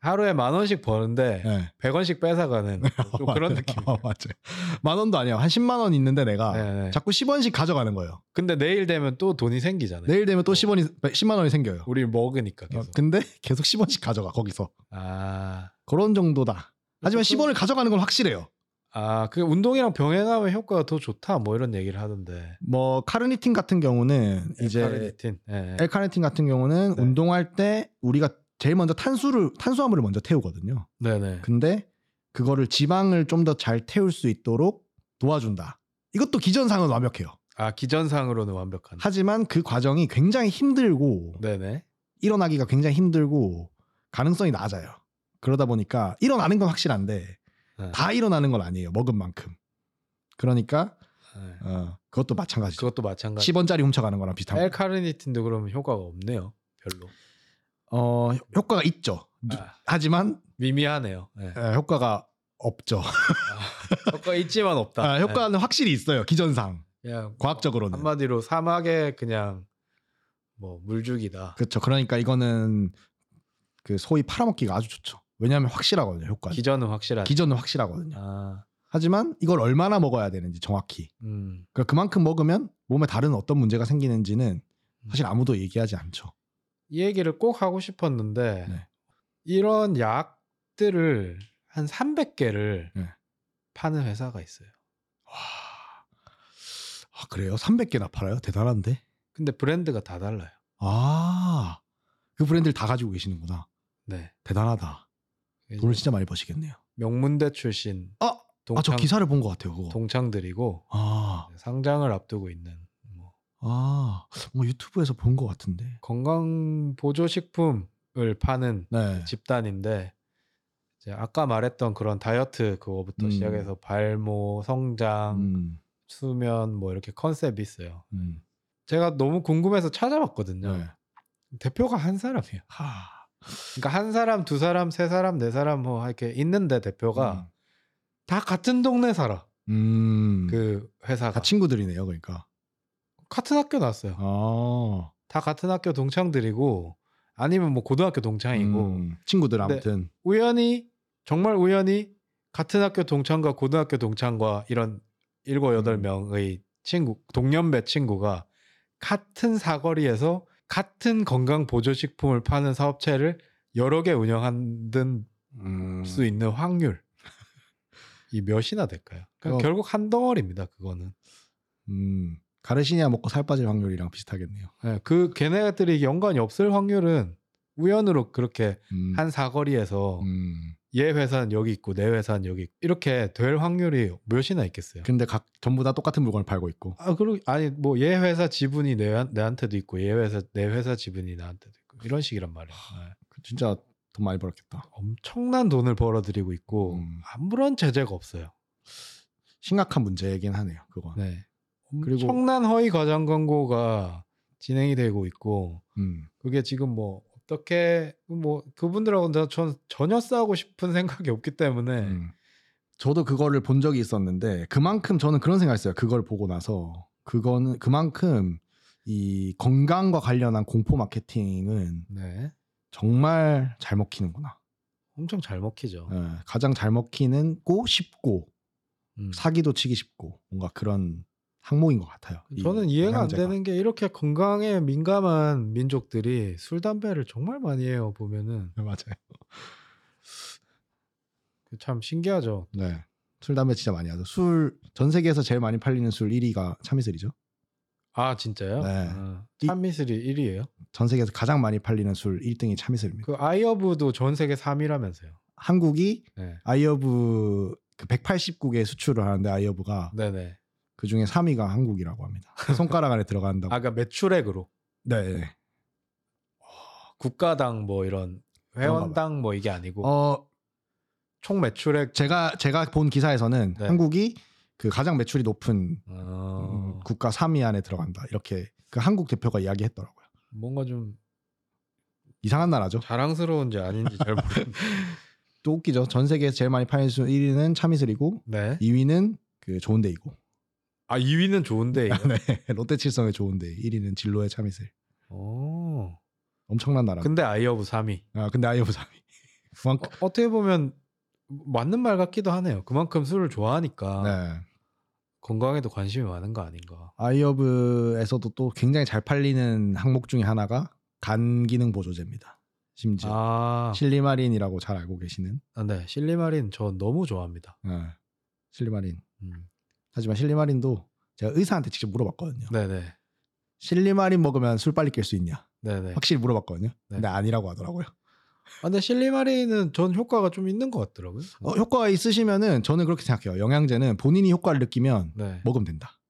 [SPEAKER 1] 하루에 만 원씩 버는데
[SPEAKER 2] 예.
[SPEAKER 1] 100원씩 뺏어가는 좀 그런 느낌
[SPEAKER 2] 아, 맞아요. 만 원도 아니야. 한 10만 원 있는데 내가
[SPEAKER 1] 네네
[SPEAKER 2] 아. 자꾸 10원씩 가져가는 거예요.
[SPEAKER 1] 근데 내일 되면 또 돈이 생기잖아요
[SPEAKER 2] 내일 되면 또
[SPEAKER 1] 어.
[SPEAKER 2] 10원이 10만 원이 생겨요.
[SPEAKER 1] 우리 먹으니까
[SPEAKER 2] 어,
[SPEAKER 1] 계속
[SPEAKER 2] 근데 계속 10원씩 가져가 거기서.
[SPEAKER 1] 아
[SPEAKER 2] 그런 정도다. 하지만
[SPEAKER 1] 그래서-
[SPEAKER 2] 10원을 가져가는 건 확실해요.
[SPEAKER 1] 아, 그 운동이랑 병행하면 효과가 더 좋다 뭐 이런 얘기를 하던데.
[SPEAKER 2] 뭐 카르니틴 같은 경우는 이제
[SPEAKER 1] 네, 엘카르니틴. 예. 예.
[SPEAKER 2] 엘카르니틴 같은 경우는
[SPEAKER 1] 네.
[SPEAKER 2] 운동할 때 우리가 제일 먼저 탄수를 탄수화물을 먼저 태우거든요.
[SPEAKER 1] 네네.
[SPEAKER 2] 근데 그거를 지방을 좀 더 잘 태울 수 있도록 도와준다. 이것도 기전상은 완벽해요.
[SPEAKER 1] 아, 기전상으로는 완벽한.
[SPEAKER 2] 하지만 그 과정이 굉장히 힘들고
[SPEAKER 1] 네네.
[SPEAKER 2] 일어나기가 굉장히 힘들고 가능성이 낮아요. 그러다 보니까 일어나는 건 확실한데
[SPEAKER 1] 네.
[SPEAKER 2] 다 일어나는 건 아니에요. 먹은 만큼. 그러니까
[SPEAKER 1] 예.
[SPEAKER 2] 어, 그것도 마찬가지죠.
[SPEAKER 1] 그것도 마찬가지.
[SPEAKER 2] 10원짜리 훔쳐가는 거랑 비슷한 거.
[SPEAKER 1] 엘카르니틴도 그러면 효과가 없네요. 별로.
[SPEAKER 2] 어, 효- 효과가 있죠. 누-
[SPEAKER 1] 아,
[SPEAKER 2] 하지만
[SPEAKER 1] 미미하네요. 예.
[SPEAKER 2] 에, 효과가 없죠.
[SPEAKER 1] 아, 효과 있지만 없다.
[SPEAKER 2] 아, 효과는 확실히 있어요. 기전상.
[SPEAKER 1] 예. 그냥
[SPEAKER 2] 과학적으로는.
[SPEAKER 1] 한마디로 사막에 그냥 뭐 물죽이다.
[SPEAKER 2] 그렇죠. 그러니까 이거는 그 소위 팔아먹기가 아주 좋죠. 왜냐하면 확실하거든요. 효과. 는
[SPEAKER 1] 기전은 확실한.
[SPEAKER 2] 기전은 확실하거든요.
[SPEAKER 1] 아,
[SPEAKER 2] 하지만 이걸 얼마나 먹어야 되는지 정확히.
[SPEAKER 1] 음.
[SPEAKER 2] 그만큼 먹으면 몸에 다른 어떤 문제가 생기는지는 사실 아무도 얘기하지 않죠.
[SPEAKER 1] 이 얘기를 꼭 하고 싶었는데
[SPEAKER 2] 네.
[SPEAKER 1] 이런 약들을 한 300개를
[SPEAKER 2] 네.
[SPEAKER 1] 파는 회사가 있어요.
[SPEAKER 2] 와, 아, 그래요? 300개나 팔아요? 대단한데.
[SPEAKER 1] 근데 브랜드가 다 달라요.
[SPEAKER 2] 아, 그 브랜드를 다 가지고 계시는구나.
[SPEAKER 1] 네.
[SPEAKER 2] 대단하다. 돈을 진짜 많이 버시겠네요.
[SPEAKER 1] 명문대 출신
[SPEAKER 2] 아, 아, 저 기사를 본 것 같아요. 그거.
[SPEAKER 1] 동창들이고
[SPEAKER 2] 아,
[SPEAKER 1] 상장을 앞두고 있는 뭐
[SPEAKER 2] 아, 뭔가 유튜브에서 본 것 같은데.
[SPEAKER 1] 건강 보조 식품을 파는
[SPEAKER 2] 네.
[SPEAKER 1] 집단인데 이제 아까 말했던 그런 다이어트 그거부터
[SPEAKER 2] 음.
[SPEAKER 1] 시작해서 발모, 성장,
[SPEAKER 2] 음,
[SPEAKER 1] 수면 뭐 이렇게 컨셉이 있어요.
[SPEAKER 2] 음.
[SPEAKER 1] 제가 너무 궁금해서 찾아봤거든요.
[SPEAKER 2] 네.
[SPEAKER 1] 대표가 한 사람이에요.
[SPEAKER 2] 하.
[SPEAKER 1] 그러니까 한 사람, 두 사람, 세 사람, 네 사람 뭐 이렇게 있는데 대표가 다 같은 동네 살아.
[SPEAKER 2] 음.
[SPEAKER 1] 그 회사가
[SPEAKER 2] 다 친구들이네요, 그러니까.
[SPEAKER 1] 같은 학교 나왔어요.
[SPEAKER 2] 아.
[SPEAKER 1] 다 같은 학교 동창들이고 아니면 뭐 고등학교 동창이고
[SPEAKER 2] 음, 친구들
[SPEAKER 1] 근데-
[SPEAKER 2] 아무튼.
[SPEAKER 1] 우연히 정말 우연히 같은 학교 동창과 고등학교 동창과 이런 일곱 여덟
[SPEAKER 2] 음.
[SPEAKER 1] 명의 친구 동년배 친구가 같은 사거리에서 같은 건강 보조식품을 파는 사업체를 여러 개 운영하는
[SPEAKER 2] 음.
[SPEAKER 1] 수 있는 확률 이 몇이나 될까요? 그러니까
[SPEAKER 2] 어.
[SPEAKER 1] 결국 한 덩어리입니다. 그거는
[SPEAKER 2] 음, 가르시니아 먹고 살 빠질 확률이랑 비슷하겠네요.
[SPEAKER 1] 예, 그 걔네들이 연관이 없을 확률은 우연으로 그렇게
[SPEAKER 2] 음,
[SPEAKER 1] 한 사거리에서
[SPEAKER 2] 음.
[SPEAKER 1] 얘 회사는 여기 있고 내 회사는 여기 있고 이렇게 될 확률이 몇이나 있겠어요?
[SPEAKER 2] 근데 각 전부 다 똑같은 물건을 팔고 있고.
[SPEAKER 1] 아, 그리고 아니 뭐 얘 회사 지분이 내, 내한테도 있고 얘 회사 내 회사 지분이 나한테도 있고 이런 식이란 말이에요. 예.
[SPEAKER 2] 그 진짜 돈 많이 벌었겠다.
[SPEAKER 1] 엄청난 돈을 벌어들이고 있고
[SPEAKER 2] 음.
[SPEAKER 1] 아무런 제재가 없어요.
[SPEAKER 2] 심각한 문제이긴 하네요. 그건.
[SPEAKER 1] 네.
[SPEAKER 2] 그리고-
[SPEAKER 1] 엄청난 허위 과장 광고가 진행이 되고 있고
[SPEAKER 2] 음.
[SPEAKER 1] 그게 지금 뭐 어떻게 뭐 그분들하고 는 전혀 싸우고 싶은 생각이 없기 때문에
[SPEAKER 2] 음. 저도 그거를 본 적이 있었는데 그만큼 저는 그런 생각했어요. 그걸 보고 나서 그거는 그만큼 이 건강과 관련한 공포 마케팅은
[SPEAKER 1] 네.
[SPEAKER 2] 정말 잘 먹히는구나.
[SPEAKER 1] 엄청 잘 먹히죠.
[SPEAKER 2] 예, 가장 잘 먹히는 고 쉽고
[SPEAKER 1] 음.
[SPEAKER 2] 사기도 치기 쉽고 뭔가 그런 항목인 것 같아요. 이
[SPEAKER 1] 저는 이해가 안
[SPEAKER 2] 영양제가.
[SPEAKER 1] 되는 게 이렇게 건강에 민감한 민족들이 술 담배를 정말 많이 해요 보면은
[SPEAKER 2] 네, 맞아요.
[SPEAKER 1] 그참 신기하죠.
[SPEAKER 2] 네. 술 담배 진짜 많이 하죠. 술 전 세계에서 제일 많이 팔리는 술 1위가 참이슬이죠.
[SPEAKER 1] 아 진짜요?
[SPEAKER 2] 네.
[SPEAKER 1] 아, 참미슬이 1위예요?
[SPEAKER 2] 전 세계에서 가장 많이 팔리는 술 1등이 참이슬입니다.
[SPEAKER 1] 그 아이어브도 전 세계 3위라면서요.
[SPEAKER 2] 한국이
[SPEAKER 1] 네.
[SPEAKER 2] 아이어브 그 180국에 수출을 하는데 아이어브가
[SPEAKER 1] 네네.
[SPEAKER 2] 그 중에 3위가 한국이라고 합니다. 손가락 안에 들어간다고.
[SPEAKER 1] 아까 그러니까 매출액으로
[SPEAKER 2] 네. 네.
[SPEAKER 1] 국가당 뭐 이런 회원당 뭐 이게 아니고
[SPEAKER 2] 어
[SPEAKER 1] 총 매출액
[SPEAKER 2] 제가 제가 본 기사에서는
[SPEAKER 1] 네.
[SPEAKER 2] 한국이 그 가장 매출이 높은
[SPEAKER 1] 어,
[SPEAKER 2] 음, 국가 3위 안에 들어간다 이렇게 그 한국 대표가 이야기했더라고요.
[SPEAKER 1] 뭔가 좀
[SPEAKER 2] 이상한 나라죠.
[SPEAKER 1] 자랑스러운지 아닌지 잘 모르겠네.
[SPEAKER 2] 또 웃기죠. 전 세계에서 제일 많이 팔리는 술 1위는 참이슬이고
[SPEAKER 1] 네.
[SPEAKER 2] 2위는 그 좋은데이고
[SPEAKER 1] 아 2위는 좋은데. 이거.
[SPEAKER 2] 롯데칠성의 좋은데 1위는 진로의 참이슬
[SPEAKER 1] 어.
[SPEAKER 2] 엄청난 나라
[SPEAKER 1] 근데 아이어브 3위.
[SPEAKER 2] 아 근데 아이오브 3위 그만큼
[SPEAKER 1] 어, 어떻게 보면 맞는 말 같기도 하네요. 그만큼 술을 좋아하니까
[SPEAKER 2] 네.
[SPEAKER 1] 건강에도 관심이 많은 거 아닌가.
[SPEAKER 2] 아이오브에서도 또 굉장히 잘 팔리는 항목 중에 하나가 간 기능 보조제입니다 심지어
[SPEAKER 1] 아,
[SPEAKER 2] 실리마린이라고 잘 알고 계시는
[SPEAKER 1] 아, 네. 실리마린 저 너무 좋아합니다.
[SPEAKER 2] 예, 실리마린
[SPEAKER 1] 음.
[SPEAKER 2] 하지만 실리마린도 제가 의사한테 직접 물어봤거든요
[SPEAKER 1] 네네.
[SPEAKER 2] 실리마린 먹으면 술 빨리 깰 수 있냐
[SPEAKER 1] 네네.
[SPEAKER 2] 확실히 물어봤거든요 근데 아니라고 하더라고요
[SPEAKER 1] 아, 근데 실리마린은 전 효과가 좀 있는 것 같더라고요.
[SPEAKER 2] 어, 효과가 있으시면은 저는 그렇게 생각해요 영양제는 본인이 효과를 느끼면
[SPEAKER 1] 네. 아.
[SPEAKER 2] 먹으면 된다.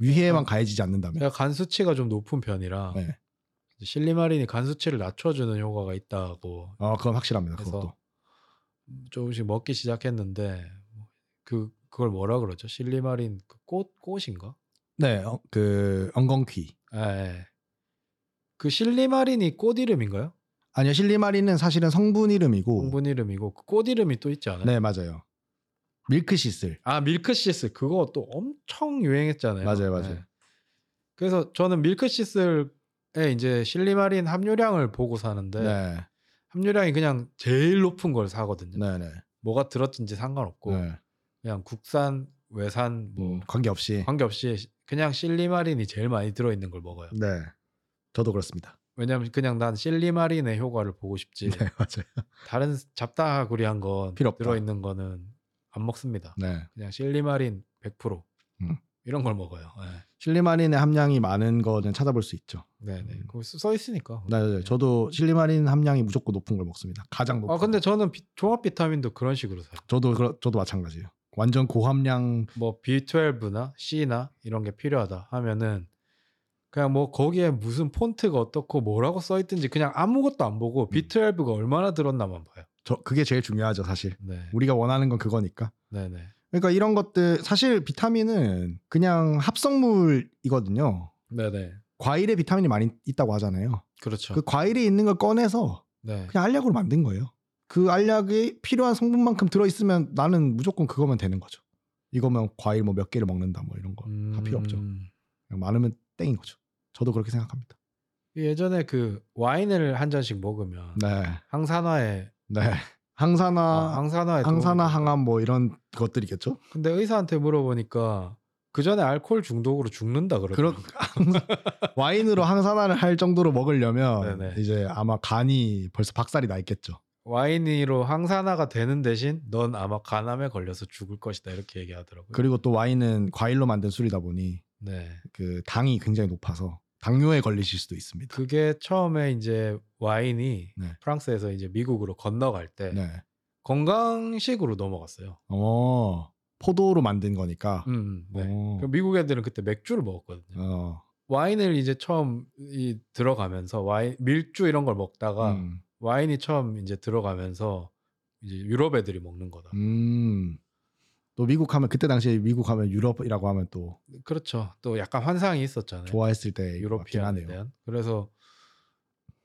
[SPEAKER 2] 위해에만 가해지지 않는다면.
[SPEAKER 1] 제가 간 수치가 좀 높은 편이라
[SPEAKER 2] 네.
[SPEAKER 1] 실리마린이 간 수치를 낮춰주는 효과가 있다고
[SPEAKER 2] 어, 그건 확실합니다.
[SPEAKER 1] 그래서-
[SPEAKER 2] 그것도.
[SPEAKER 1] 조금씩 먹기 시작했는데 그 그걸 뭐라 그러죠? 실리마린 그 꽃 꽃인가?
[SPEAKER 2] 네, 어, 그 엉겅퀴.
[SPEAKER 1] 예. 예. 그 실리마린이 꽃 이름인가요?
[SPEAKER 2] 아니요, 실리마린은 사실은 성분 이름이고.
[SPEAKER 1] 공분 이름이고 그 꽃 이름이 또 있지 않아요?
[SPEAKER 2] 네, 맞아요. 밀크시슬.
[SPEAKER 1] 아 밀크시슬 그거 또 엄청 유행했잖아요. 네.
[SPEAKER 2] 맞아요, 맞아요.
[SPEAKER 1] 그래서 저는 밀크시슬에 이제 실리마린 함유량을 보고 사는데
[SPEAKER 2] 네, 네,
[SPEAKER 1] 함유량이 그냥 제일 높은 걸 사거든요.
[SPEAKER 2] 네.
[SPEAKER 1] 뭐가 들었든지 상관없고
[SPEAKER 2] 네.
[SPEAKER 1] 그냥 국산 외산 뭐
[SPEAKER 2] 뭐 관계 없이.
[SPEAKER 1] 관계없이 그냥 실리마린이 제일 많이 들어있는 걸 먹어요.
[SPEAKER 2] 네. 저도 그렇습니다.
[SPEAKER 1] 왜냐면 그냥 난 실리마린의 효과를 보고 싶지
[SPEAKER 2] 네, 맞아요.
[SPEAKER 1] 다른 잡다구리한 건
[SPEAKER 2] 필요 없다.
[SPEAKER 1] 들어있는 거는 안 먹습니다.
[SPEAKER 2] 네.
[SPEAKER 1] 그냥 실리마린 100%
[SPEAKER 2] 음.
[SPEAKER 1] 이런 걸 먹어요. 네.
[SPEAKER 2] 실리마린의 함량이 많은 거는 찾아볼 수 있죠.
[SPEAKER 1] 네네.
[SPEAKER 2] 음.
[SPEAKER 1] 거기 써 있으니까.
[SPEAKER 2] 네, 네, 네. 저도 실리마린 함량이 무조건 높은 걸 먹습니다. 가장 높은.
[SPEAKER 1] 아 근데 저는 비- 종합 비타민도 그런 식으로 사요.
[SPEAKER 2] 저도 그러, 저도 마찬가지예요. 완전 고함량
[SPEAKER 1] 뭐 B12나 C나 이런 게 필요하다 하면은 그냥 뭐 거기에 무슨 폰트가 어떻고 뭐라고 써 있든지 그냥 아무것도 안
[SPEAKER 2] 음.
[SPEAKER 1] 보고 B12가 얼마나 들었나만 봐요.
[SPEAKER 2] 저 그게 제일 중요하죠, 사실.
[SPEAKER 1] 네.
[SPEAKER 2] 우리가 원하는 건 그거니까.
[SPEAKER 1] 네네.
[SPEAKER 2] 그러니까 이런 것들 사실 비타민은 그냥 합성물이거든요.
[SPEAKER 1] 네네.
[SPEAKER 2] 과일에 비타민이 많이 있다고 하잖아요.
[SPEAKER 1] 그렇죠.
[SPEAKER 2] 그 과일에 있는 걸 꺼내서
[SPEAKER 1] 네.
[SPEAKER 2] 그냥 알약으로 만든 거예요. 그 알약이 필요한 성분만큼 들어 있으면 나는 무조건 그거면 되는 거죠. 이거면 과일 뭐 몇 개를 먹는다 뭐 이런 거 다
[SPEAKER 1] 음,
[SPEAKER 2] 필요 없죠. 그냥 많으면 땡인 거죠. 저도 그렇게 생각합니다.
[SPEAKER 1] 예전에 그 와인을 한 잔씩 먹으면
[SPEAKER 2] 네,
[SPEAKER 1] 항산화에
[SPEAKER 2] 네. 항산화,
[SPEAKER 1] 아, 항산화에 도움이
[SPEAKER 2] 항산화,
[SPEAKER 1] 된다.
[SPEAKER 2] 항암 뭐 이런 것들이겠죠.
[SPEAKER 1] 근데 의사한테 물어보니까 그 전에 알코올 중독으로 죽는다 그러고.
[SPEAKER 2] 그런 와인으로 항산화를 할 정도로 먹으려면
[SPEAKER 1] 네네.
[SPEAKER 2] 이제 아마 간이 벌써 박살이 나 있겠죠.
[SPEAKER 1] 와인으로 항산화가 되는 대신 넌 아마 간암에 걸려서 죽을 것이다 이렇게 얘기하더라고요.
[SPEAKER 2] 그리고 또 와인은 과일로 만든 술이다 보니
[SPEAKER 1] 네.
[SPEAKER 2] 그 당이 굉장히 높아서 당뇨에 걸리실 수도 있습니다.
[SPEAKER 1] 그게 처음에 이제 와인이
[SPEAKER 2] 네.
[SPEAKER 1] 프랑스에서 이제 미국으로 건너갈 때
[SPEAKER 2] 네.
[SPEAKER 1] 건강식으로 넘어갔어요.
[SPEAKER 2] 어 포도로 만든 거니까.
[SPEAKER 1] 음, 네.
[SPEAKER 2] 어.
[SPEAKER 1] 그 미국 애들은 그때 맥주를 먹었거든요.
[SPEAKER 2] 어,
[SPEAKER 1] 와인을 이제 처음 이 들어가면서 와인 밀주 이런 걸 먹다가
[SPEAKER 2] 음.
[SPEAKER 1] 와인이 처음 이제 들어가면서 이제 유럽 애들이 먹는 거다.
[SPEAKER 2] 음. 또 미국 하면 그때 당시에 미국 하면 유럽이라고 하면 또
[SPEAKER 1] 그렇죠. 또 약간 환상이 있었잖아요.
[SPEAKER 2] 좋아했을 때 유럽이긴
[SPEAKER 1] 네. 유로피안에
[SPEAKER 2] 하네요.
[SPEAKER 1] 대한. 그래서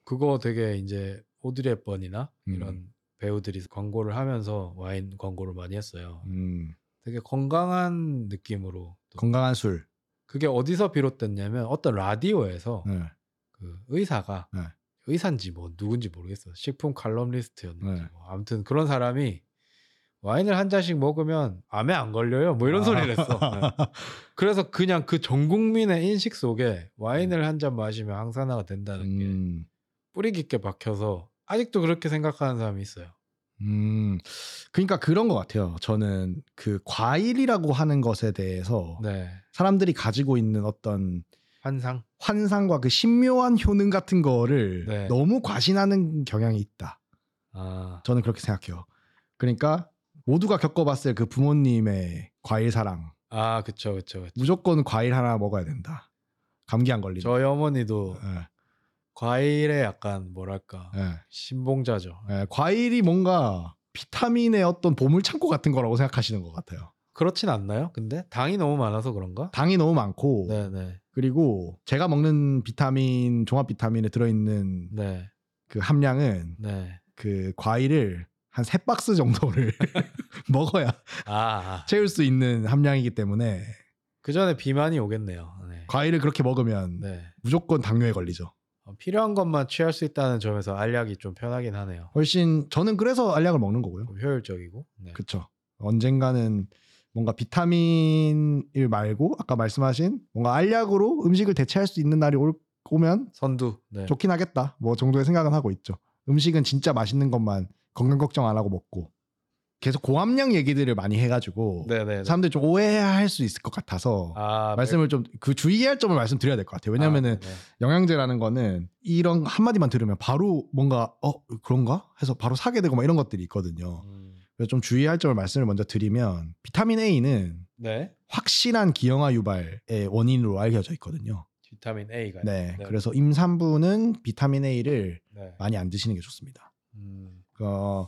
[SPEAKER 1] 그거 되게 이제 오드리 헵번이나
[SPEAKER 2] 음.
[SPEAKER 1] 이런 배우들이 광고를 하면서 와인 광고를 많이 했어요.
[SPEAKER 2] 음.
[SPEAKER 1] 되게 건강한 느낌으로. 또
[SPEAKER 2] 건강한 술.
[SPEAKER 1] 그게 어디서 비롯됐냐면 어떤 라디오에서
[SPEAKER 2] 네.
[SPEAKER 1] 그 의사가
[SPEAKER 2] 네.
[SPEAKER 1] 의사인지 뭐 누군지 모르겠어. 식품 칼럼니스트였는지
[SPEAKER 2] 네.
[SPEAKER 1] 뭐 아무튼 그런 사람이 와인을 한 잔씩 먹으면 암에 안 걸려요. 뭐 이런
[SPEAKER 2] 아.
[SPEAKER 1] 소리를 했어. 네. 그래서 그냥 그 전 국민의 인식 속에 와인을 한 잔 마시면 항산화가 된다는 게
[SPEAKER 2] 네. 음.
[SPEAKER 1] 뿌리 깊게 박혀서 아직도 그렇게 생각하는 사람이 있어요.
[SPEAKER 2] 음, 그러니까 그런 것 같아요. 저는 그 과일이라고 하는 것에 대해서
[SPEAKER 1] 네.
[SPEAKER 2] 사람들이 가지고 있는 어떤
[SPEAKER 1] 환상.
[SPEAKER 2] 환상과 그 신묘한 효능 같은 거를
[SPEAKER 1] 네.
[SPEAKER 2] 너무 과신하는 경향이 있다.
[SPEAKER 1] 아.
[SPEAKER 2] 저는 그렇게 생각해요. 그러니까 모두가 겪어봤을 그 부모님의 과일 사랑.
[SPEAKER 1] 아, 그쵸, 그쵸, 그쵸.
[SPEAKER 2] 무조건 과일 하나 먹어야 된다. 감기 안 걸린다.
[SPEAKER 1] 저희 어머니도
[SPEAKER 2] 예,
[SPEAKER 1] 과일에 약간 뭐랄까
[SPEAKER 2] 예,
[SPEAKER 1] 신봉자죠.
[SPEAKER 2] 예. 과일이 뭔가 비타민의 어떤 보물창고 같은 거라고 생각하시는 것 같아요.
[SPEAKER 1] 그렇진 않나요? 근데 당이 너무 많아서 그런가?
[SPEAKER 2] 당이 너무 많고
[SPEAKER 1] 네, 네,
[SPEAKER 2] 그리고 제가 먹는 비타민 종합 비타민에 들어있는
[SPEAKER 1] 네,
[SPEAKER 2] 그 함량은
[SPEAKER 1] 네.
[SPEAKER 2] 그 과일을 한 세 박스 정도를 먹어야
[SPEAKER 1] 아,
[SPEAKER 2] 채울 수 있는 함량이기 때문에
[SPEAKER 1] 그 전에 비만이 오겠네요. 네.
[SPEAKER 2] 과일을 그렇게 먹으면
[SPEAKER 1] 네.
[SPEAKER 2] 무조건 당뇨에 걸리죠.
[SPEAKER 1] 어, 필요한 것만 취할 수 있다는 점에서 알약이 좀 편하긴 하네요.
[SPEAKER 2] 훨씬 저는 그래서 알약을 먹는 거고요.
[SPEAKER 1] 효율적이고. 네.
[SPEAKER 2] 그렇죠. 언젠가는 뭔가 비타민을 말고 아까 말씀하신 뭔가 알약으로 음식을 대체할 수 있는 날이 올, 오면
[SPEAKER 1] 선두. 네.
[SPEAKER 2] 좋긴 하겠다. 뭐 정도의 생각은 하고 있죠. 음식은 진짜 맛있는 것만 건강 걱정 안 하고 먹고 계속 고함량 얘기들을 많이 해가지고
[SPEAKER 1] 네, 네.
[SPEAKER 2] 사람들이 좀 오해할 수 있을 것 같아서
[SPEAKER 1] 아,
[SPEAKER 2] 말씀을 좀 그 주의할 점을 말씀드려야 될 것 같아요. 왜냐면은
[SPEAKER 1] 아, 네, 네.
[SPEAKER 2] 영양제라는 거는 이런 한마디만 들으면 바로 뭔가 어 그런가 해서 바로 사게 되고 막 이런 것들이 있거든요.
[SPEAKER 1] 음,
[SPEAKER 2] 그래서 좀 주의할 점을 말씀을 먼저 드리면 비타민 A는
[SPEAKER 1] 네.
[SPEAKER 2] 확실한 기형아 유발의 원인으로 알려져 있거든요.
[SPEAKER 1] 비타민 A가.
[SPEAKER 2] 네, 그래서 임산부는 비타민 A를
[SPEAKER 1] 네.
[SPEAKER 2] 많이 안 드시는 게 좋습니다.
[SPEAKER 1] 음,
[SPEAKER 2] 어,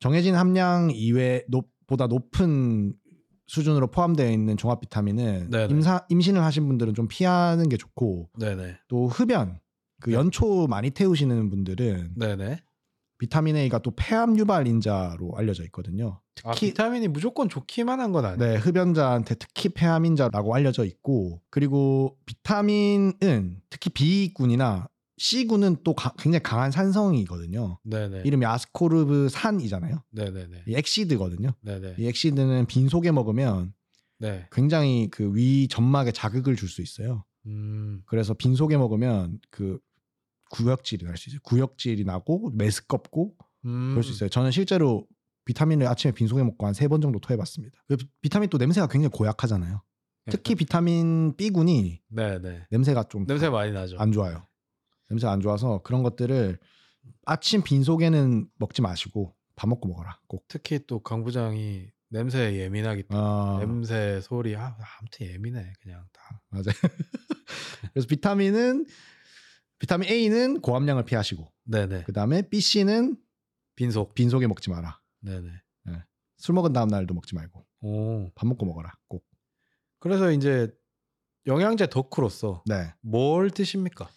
[SPEAKER 2] 정해진 함량 이외 높- 보다 높은 수준으로 포함되어 있는 종합 비타민은
[SPEAKER 1] 네네.
[SPEAKER 2] 임사, 임신을 하신 분들은 좀 피하는 게 좋고
[SPEAKER 1] 네, 네.
[SPEAKER 2] 또 흡연 그 연초 많이 태우시는 분들은
[SPEAKER 1] 네, 네.
[SPEAKER 2] 비타민 A가 또 폐암 유발 인자로 알려져 있거든요.
[SPEAKER 1] 아,
[SPEAKER 2] 특히
[SPEAKER 1] 비타민이 무조건 좋기만 한 건 아니에요.
[SPEAKER 2] 네, 흡연자한테 특히 폐암인자라고 알려져 있고 그리고 비타민은 특히 B군이나 C군은 또 가- 굉장히 강한 산성이거든요.
[SPEAKER 1] 네, 네.
[SPEAKER 2] 이름이 아스코르브산이잖아요.
[SPEAKER 1] 네, 네, 네.
[SPEAKER 2] 이 엑시드거든요.
[SPEAKER 1] 네, 네.
[SPEAKER 2] 이 엑시드는 빈속에 먹으면
[SPEAKER 1] 네.
[SPEAKER 2] 굉장히 그 위 점막에 자극을 줄 수 있어요.
[SPEAKER 1] 음.
[SPEAKER 2] 그래서 빈속에 먹으면 그 구역질이 날 수 있어요. 구역질이 나고 메스껍고
[SPEAKER 1] 음.
[SPEAKER 2] 그럴 수 있어요. 저는 실제로 비타민을 아침에 빈속에 먹고 한 세 번 정도 토해봤습니다. 그 비- 비타민 또 냄새가 굉장히 고약하잖아요. 특히 비타민 B군이
[SPEAKER 1] 음. 네, 네.
[SPEAKER 2] 냄새가 좀 안
[SPEAKER 1] 그렇죠. 냄새 많이 나죠.
[SPEAKER 2] 좋아요. 냄새 안 좋아서 그런 것들을 아침 빈속에는 먹지 마시고 밥 먹고 먹어라. 꼭.
[SPEAKER 1] 특히 또 강부장이 냄새에 예민하기 때문에
[SPEAKER 2] 아,
[SPEAKER 1] 냄새 소리 아, 아무튼 예민해 그냥 다.
[SPEAKER 2] 맞아요. 그래서 비타민은 비타민 A는 고함량을 피하시고
[SPEAKER 1] 네, 네.
[SPEAKER 2] 그다음에 B, C는
[SPEAKER 1] 빈속.
[SPEAKER 2] 빈속에 먹지 마라.
[SPEAKER 1] 네, 네.
[SPEAKER 2] 술 먹은 다음 날도 먹지 말고
[SPEAKER 1] 오.
[SPEAKER 2] 밥 먹고 먹어라. 꼭.
[SPEAKER 1] 그래서 이제 영양제 덕후로서
[SPEAKER 2] 네.
[SPEAKER 1] 뭘 드십니까?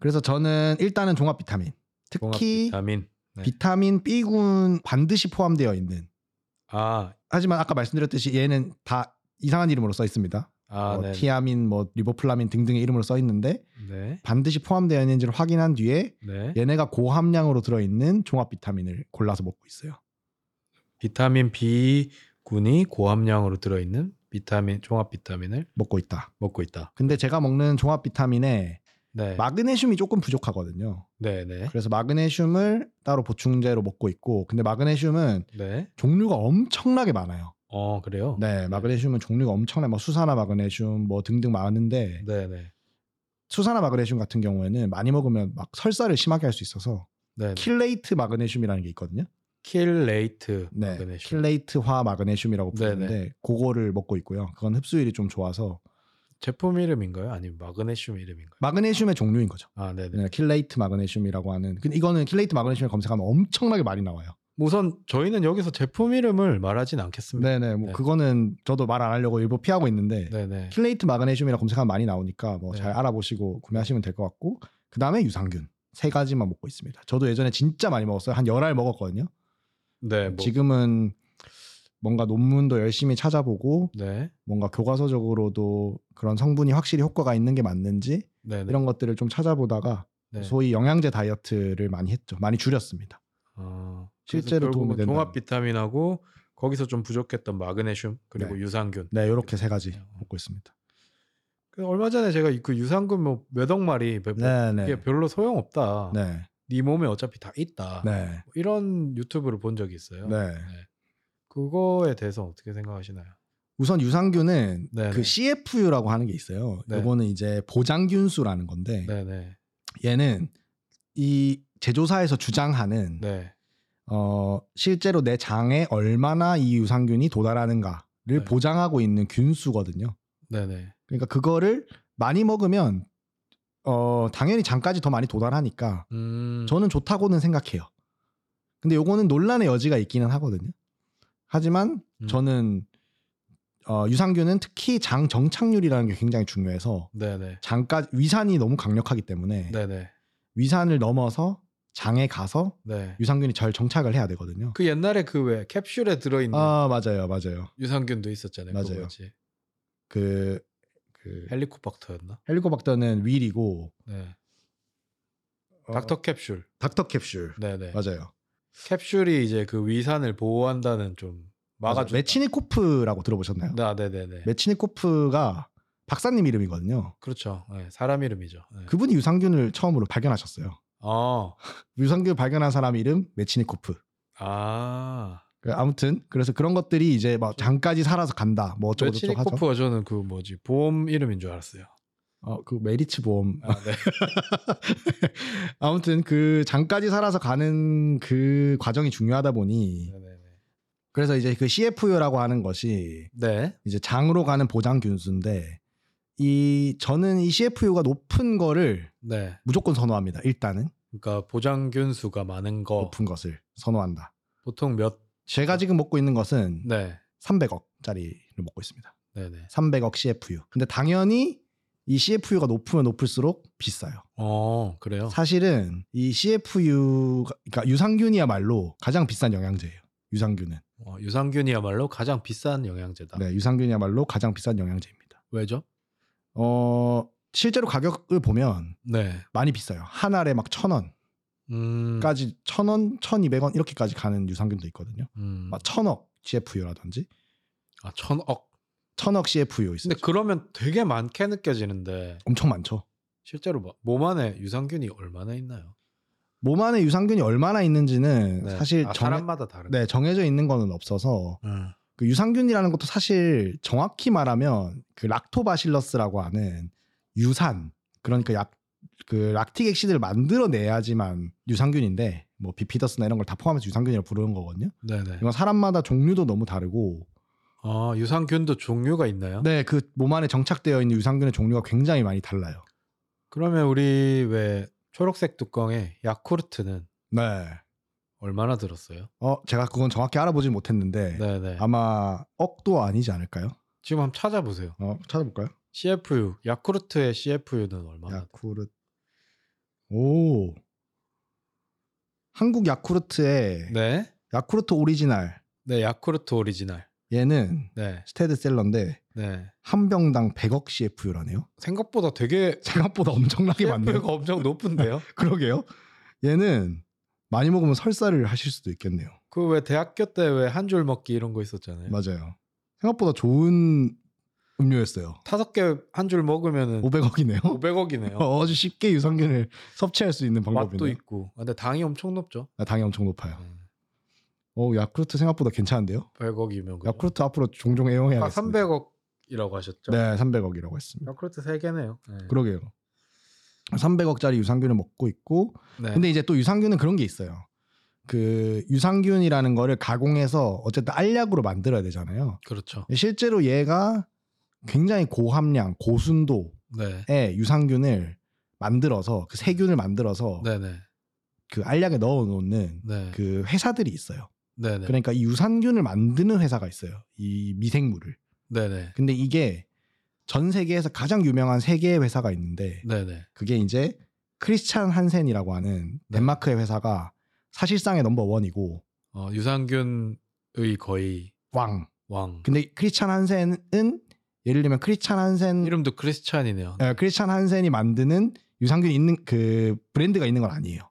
[SPEAKER 2] 그래서 저는 일단은 종합 비타민,
[SPEAKER 1] 종합
[SPEAKER 2] 특히
[SPEAKER 1] 비타민. 네.
[SPEAKER 2] 비타민 B군 반드시 포함되어 있는.
[SPEAKER 1] 아,
[SPEAKER 2] 하지만 아까 말씀드렸듯이 얘는 다 이상한 이름으로 써 있습니다.
[SPEAKER 1] 아,
[SPEAKER 2] 뭐
[SPEAKER 1] 네.
[SPEAKER 2] 티아민, 뭐 리보플라민 등등의 이름으로 써 있는데
[SPEAKER 1] 네.
[SPEAKER 2] 반드시 포함되어 있는지를 확인한 뒤에
[SPEAKER 1] 네.
[SPEAKER 2] 얘네가 고함량으로 들어 있는 종합 비타민을 골라서 먹고 있어요.
[SPEAKER 1] 비타민 B군이 고함량으로 들어 있는 비타민 종합 비타민을
[SPEAKER 2] 먹고 있다.
[SPEAKER 1] 먹고 있다.
[SPEAKER 2] 근데 제가 먹는 종합 비타민에
[SPEAKER 1] 네.
[SPEAKER 2] 마그네슘이 조금 부족하거든요.
[SPEAKER 1] 네, 네.
[SPEAKER 2] 그래서 마그네슘을 따로 보충제로 먹고 있고, 근데 마그네슘은
[SPEAKER 1] 네.
[SPEAKER 2] 종류가 엄청나게 많아요.
[SPEAKER 1] 어, 그래요?
[SPEAKER 2] 네, 마그네슘은 종류가 엄청나요. 뭐 수산화 마그네슘 뭐 등등 많은데
[SPEAKER 1] 네, 네.
[SPEAKER 2] 수산화 마그네슘 같은 경우에는 많이 먹으면 막 설사를 심하게 할 수 있어서
[SPEAKER 1] 네.
[SPEAKER 2] 킬레이트 마그네슘이라는 게 있거든요.
[SPEAKER 1] 킬레이트
[SPEAKER 2] 네,
[SPEAKER 1] 마그네슘.
[SPEAKER 2] 킬레이트화 마그네슘이라고
[SPEAKER 1] 네네.
[SPEAKER 2] 부르는데 그거를 먹고 있고요. 그건 흡수율이 좀 좋아서
[SPEAKER 1] 제품 이름인가요? 아니면 마그네슘 이름인가요?
[SPEAKER 2] 마그네슘의 종류인 거죠.
[SPEAKER 1] 아, 네, 네.
[SPEAKER 2] 네, 킬레이트 마그네슘이라고 하는. 근데 이거는 킬레이트 마그네슘을 검색하면 엄청나게 많이 나와요.
[SPEAKER 1] 우선 저희는 여기서 제품 이름을 말하진 않겠습니다.
[SPEAKER 2] 네네, 뭐
[SPEAKER 1] 네.
[SPEAKER 2] 그거는 저도 말 안 하려고 일부 피하고 있는데
[SPEAKER 1] 네, 네.
[SPEAKER 2] 킬레이트 마그네슘이라 검색하면 많이 나오니까 뭐
[SPEAKER 1] 네.
[SPEAKER 2] 잘 알아보시고 구매하시면 될 것 같고 그 다음에 유산균 세 가지만 먹고 있습니다. 저도 예전에 진짜 많이 먹었어요. 한 열알 먹었거든요.
[SPEAKER 1] 네, 뭐,
[SPEAKER 2] 지금은 뭔가 논문도 열심히 찾아보고
[SPEAKER 1] 네.
[SPEAKER 2] 뭔가 교과서적으로도 그런 성분이 확실히 효과가 있는 게 맞는지
[SPEAKER 1] 네, 네.
[SPEAKER 2] 이런 것들을 좀 찾아보다가
[SPEAKER 1] 네.
[SPEAKER 2] 소위 영양제 다이어트를 많이 했죠. 많이 줄였습니다.
[SPEAKER 1] 어, 그래서
[SPEAKER 2] 실제로 도움이
[SPEAKER 1] 결국은
[SPEAKER 2] 된다.
[SPEAKER 1] 종합 비타민하고 거기서 좀 부족했던 마그네슘 그리고
[SPEAKER 2] 네.
[SPEAKER 1] 유산균.
[SPEAKER 2] 네, 이렇게 세 가지 먹고 있습니다.
[SPEAKER 1] 그 얼마 전에 제가 이그 유산균 뭐 몇억 마리 몇-
[SPEAKER 2] 네,
[SPEAKER 1] 이게
[SPEAKER 2] 네,
[SPEAKER 1] 별로 소용없다. 네.
[SPEAKER 2] 네,
[SPEAKER 1] 몸에 어차피 다 있다.
[SPEAKER 2] 네,
[SPEAKER 1] 뭐 이런 유튜브를 본 적이 있어요.
[SPEAKER 2] 네.
[SPEAKER 1] 그거에 대해서 어떻게 생각하시나요?
[SPEAKER 2] 우선 유산균은
[SPEAKER 1] 네,
[SPEAKER 2] 그
[SPEAKER 1] 네.
[SPEAKER 2] CFU라고 하는 게 있어요.
[SPEAKER 1] 네.
[SPEAKER 2] 이거는 이제 보장균수라는 건데
[SPEAKER 1] 네, 네.
[SPEAKER 2] 얘는 이 제조사에서 주장하는
[SPEAKER 1] 네.
[SPEAKER 2] 어, 실제로 내 장에 얼마나 이 유산균이 도달하는가를
[SPEAKER 1] 네.
[SPEAKER 2] 보장하고 있는 균수거든요.
[SPEAKER 1] 네, 네.
[SPEAKER 2] 그러니까 그거를 많이 먹으면 어, 당연히 장까지 더 많이 도달하니까
[SPEAKER 1] 음.
[SPEAKER 2] 저는 좋다고는 생각해요. 근데 요거는 논란의 여지가 있기는 하거든요. 하지만
[SPEAKER 1] 음.
[SPEAKER 2] 저는 어, 유산균은 특히 장 정착률이라는 게 굉장히 중요해서
[SPEAKER 1] 네, 네.
[SPEAKER 2] 장까지 위산이 너무 강력하기 때문에
[SPEAKER 1] 네, 네.
[SPEAKER 2] 위산을 넘어서 장에 가서
[SPEAKER 1] 네.
[SPEAKER 2] 유산균이 잘 정착을 해야 되거든요.
[SPEAKER 1] 그 옛날에 그 왜 캡슐에 들어 있는
[SPEAKER 2] 아 맞아요, 맞아요.
[SPEAKER 1] 유산균도 있었잖아요.
[SPEAKER 2] 맞아요.
[SPEAKER 1] 그거 뭐지?
[SPEAKER 2] 그, 그
[SPEAKER 1] 헬리코박터였나?
[SPEAKER 2] 헬리코박터는 윌이고
[SPEAKER 1] 네.
[SPEAKER 2] 어,
[SPEAKER 1] 닥터 캡슐.
[SPEAKER 2] 닥터 캡슐
[SPEAKER 1] 네, 네.
[SPEAKER 2] 맞아요.
[SPEAKER 1] 캡슐이 이제 그 위산을 보호한다는 좀 막아
[SPEAKER 2] 맞아요. 메치니코프라고 들어보셨나요?
[SPEAKER 1] 아, 네, 네, 네.
[SPEAKER 2] 메치니코프가 박사님 이름이거든요.
[SPEAKER 1] 그렇죠. 네, 사람 이름이죠. 네.
[SPEAKER 2] 그분이 유산균을 처음으로 발견하셨어요.
[SPEAKER 1] 어.
[SPEAKER 2] 유산균 발견한 사람 이름 메치니코프.
[SPEAKER 1] 아.
[SPEAKER 2] 그 아무튼 그래서 그런 것들이 이제 막 장까지 살아서 간다. 뭐 어쩌고 저쩌고 하죠.
[SPEAKER 1] 그렇죠. 메치니코프가 저는 그 뭐지? 보험 이름인 줄 알았어요.
[SPEAKER 2] 어, 그 메리츠 보험.
[SPEAKER 1] 아, 네.
[SPEAKER 2] 아무튼 그 장까지 살아서 가는 그 과정이 중요하다 보니
[SPEAKER 1] 네, 네, 네.
[SPEAKER 2] 그래서 이제 그 CFU라고 하는 것이
[SPEAKER 1] 네.
[SPEAKER 2] 이제 장으로 가는 보장 균수인데 이 저는 이 CFU가 높은 거를
[SPEAKER 1] 네.
[SPEAKER 2] 무조건 선호합니다. 일단은
[SPEAKER 1] 그러니까 보장균 수가 많은 거
[SPEAKER 2] 높은 것을 선호한다.
[SPEAKER 1] 보통 몇
[SPEAKER 2] 제가 지금 먹고 있는 것은
[SPEAKER 1] 네.
[SPEAKER 2] 300억짜리를 먹고 있습니다.
[SPEAKER 1] 네, 네.
[SPEAKER 2] 300억 CFU. 근데 당연히 이 CFU가 높으면 높을수록 비싸요.
[SPEAKER 1] 어, 그래요.
[SPEAKER 2] 사실은 이 CFU 그러니까 유산균이야말로 가장 비싼 영양제예요. 유산균은.
[SPEAKER 1] 어, 유산균이야말로 가장 비싼 영양제다.
[SPEAKER 2] 네, 유산균이야말로 가장 비싼 영양제입니다.
[SPEAKER 1] 왜죠?
[SPEAKER 2] 어, 실제로 가격을 보면
[SPEAKER 1] 네.
[SPEAKER 2] 많이 비싸요. 한 알에 막 천 원까지
[SPEAKER 1] 음.
[SPEAKER 2] 그러니까 천 원, 천 이백 원 이렇게까지 가는 유산균도 있거든요.
[SPEAKER 1] 음.
[SPEAKER 2] 막 천억 CFU라든지
[SPEAKER 1] 아, 천억.
[SPEAKER 2] 천억 CFU 있어요.
[SPEAKER 1] 근데 그러면 되게 많게 느껴지는데
[SPEAKER 2] 엄청 많죠.
[SPEAKER 1] 실제로 뭐- 몸 안에 유산균이 얼마나 있나요?
[SPEAKER 2] 몸 안에 유산균이 얼마나 있는지는
[SPEAKER 1] 네.
[SPEAKER 2] 사실
[SPEAKER 1] 아,
[SPEAKER 2] 정해,
[SPEAKER 1] 사람마다 다른.
[SPEAKER 2] 네, 정해져 있는 거는 없어서
[SPEAKER 1] 음.
[SPEAKER 2] 그 유산균이라는 것도 사실 정확히 말하면 그 락토바실러스라고 하는 유산 그러니까 약 그 락틱 액시드를 만들어내야지만 유산균인데 뭐 비피더스나 이런 걸 다 포함해서 유산균이라고 부르는 거거든요.
[SPEAKER 1] 네네.
[SPEAKER 2] 이건 사람마다 종류도 너무 다르고
[SPEAKER 1] 아, 유산균도 종류가 있나요?
[SPEAKER 2] 네 그 몸 안에 정착되어 있는 유산균의 종류가 굉장히 많이 달라요.
[SPEAKER 1] 그러면 우리 왜 초록색 뚜껑에 야쿠르트는
[SPEAKER 2] 네.
[SPEAKER 1] 얼마나 들었어요?
[SPEAKER 2] 어 제가 그건 정확히 알아보진 못했는데
[SPEAKER 1] 네네.
[SPEAKER 2] 아마 억도 아니지 않을까요?
[SPEAKER 1] 지금 한번 찾아보세요.
[SPEAKER 2] 어 찾아볼까요?
[SPEAKER 1] CFU 야쿠르트의 CFU는 얼마나?
[SPEAKER 2] 야쿠르트 오 한국 야쿠르트의
[SPEAKER 1] 네.
[SPEAKER 2] 야쿠르트 오리지널
[SPEAKER 1] 네, 야쿠르트 오리지널.
[SPEAKER 2] 얘는
[SPEAKER 1] 네.
[SPEAKER 2] 스테드셀러인데
[SPEAKER 1] 네.
[SPEAKER 2] 한 병당 100억 CFU라네요.
[SPEAKER 1] 생각보다 되게
[SPEAKER 2] 생각보다 엄청나게 많네요.
[SPEAKER 1] CFU가 엄청 높은데요.
[SPEAKER 2] 그러게요. 얘는 많이 먹으면 설사를 하실 수도 있겠네요.
[SPEAKER 1] 그 왜 대학교 때 왜 한 줄 먹기 이런 거 있었잖아요.
[SPEAKER 2] 맞아요. 생각보다 좋은 음료였어요.
[SPEAKER 1] 다섯 개 한 줄 먹으면은
[SPEAKER 2] 500억이네요.
[SPEAKER 1] 500억이네요.
[SPEAKER 2] 아주 쉽게 유산균을 섭취할 수 있는
[SPEAKER 1] 맛도
[SPEAKER 2] 방법이네요.
[SPEAKER 1] 있고. 아, 근데 당이 엄청 높죠. 음,
[SPEAKER 2] 아, 당이 엄청 높아요. 어, 야쿠르트 생각보다 괜찮은데요?
[SPEAKER 1] 100억이면 그
[SPEAKER 2] 야쿠르트 앞으로 종종
[SPEAKER 1] 아까
[SPEAKER 2] 애용해야겠어요.
[SPEAKER 1] 300억이라고 하셨죠?
[SPEAKER 2] 네, 300억이라고 했습니다.
[SPEAKER 1] 야쿠르트 세 개네요. 네.
[SPEAKER 2] 그러게요. 300억짜리 유산균을 먹고 있고
[SPEAKER 1] 네.
[SPEAKER 2] 근데 이제 또 유산균은 그런 게 있어요. 그 유산균이라는 거를 가공해서 어쨌든 알약으로 만들어야 되잖아요.
[SPEAKER 1] 그렇죠.
[SPEAKER 2] 실제로 얘가 굉장히 고함량, 고순도의
[SPEAKER 1] 네.
[SPEAKER 2] 유산균을 만들어서 그 세균을 만들어서
[SPEAKER 1] 네, 네.
[SPEAKER 2] 그 알약에 넣어 놓는
[SPEAKER 1] 네.
[SPEAKER 2] 그 회사들이 있어요.
[SPEAKER 1] 네, 네.
[SPEAKER 2] 그러니까 이 유산균을 만드는 회사가 있어요. 이 미생물을.
[SPEAKER 1] 네, 네.
[SPEAKER 2] 근데 이게 전 세계에서 가장 유명한 세 개의 회사가 있는데
[SPEAKER 1] 네, 네.
[SPEAKER 2] 그게 이제 크리스찬 한센이라고 하는
[SPEAKER 1] 네.
[SPEAKER 2] 덴마크의 회사가 사실상의 넘버 원이고
[SPEAKER 1] 어, 유산균의 거의
[SPEAKER 2] 왕.
[SPEAKER 1] 왕.
[SPEAKER 2] 근데 크리스찬 한센은 예를 들면 크리스찬 한센
[SPEAKER 1] 이름도 크리스찬이네요.
[SPEAKER 2] 에, 크리스찬 한센이 만드는 유산균이 있는 그 브랜드가 있는 건 아니에요.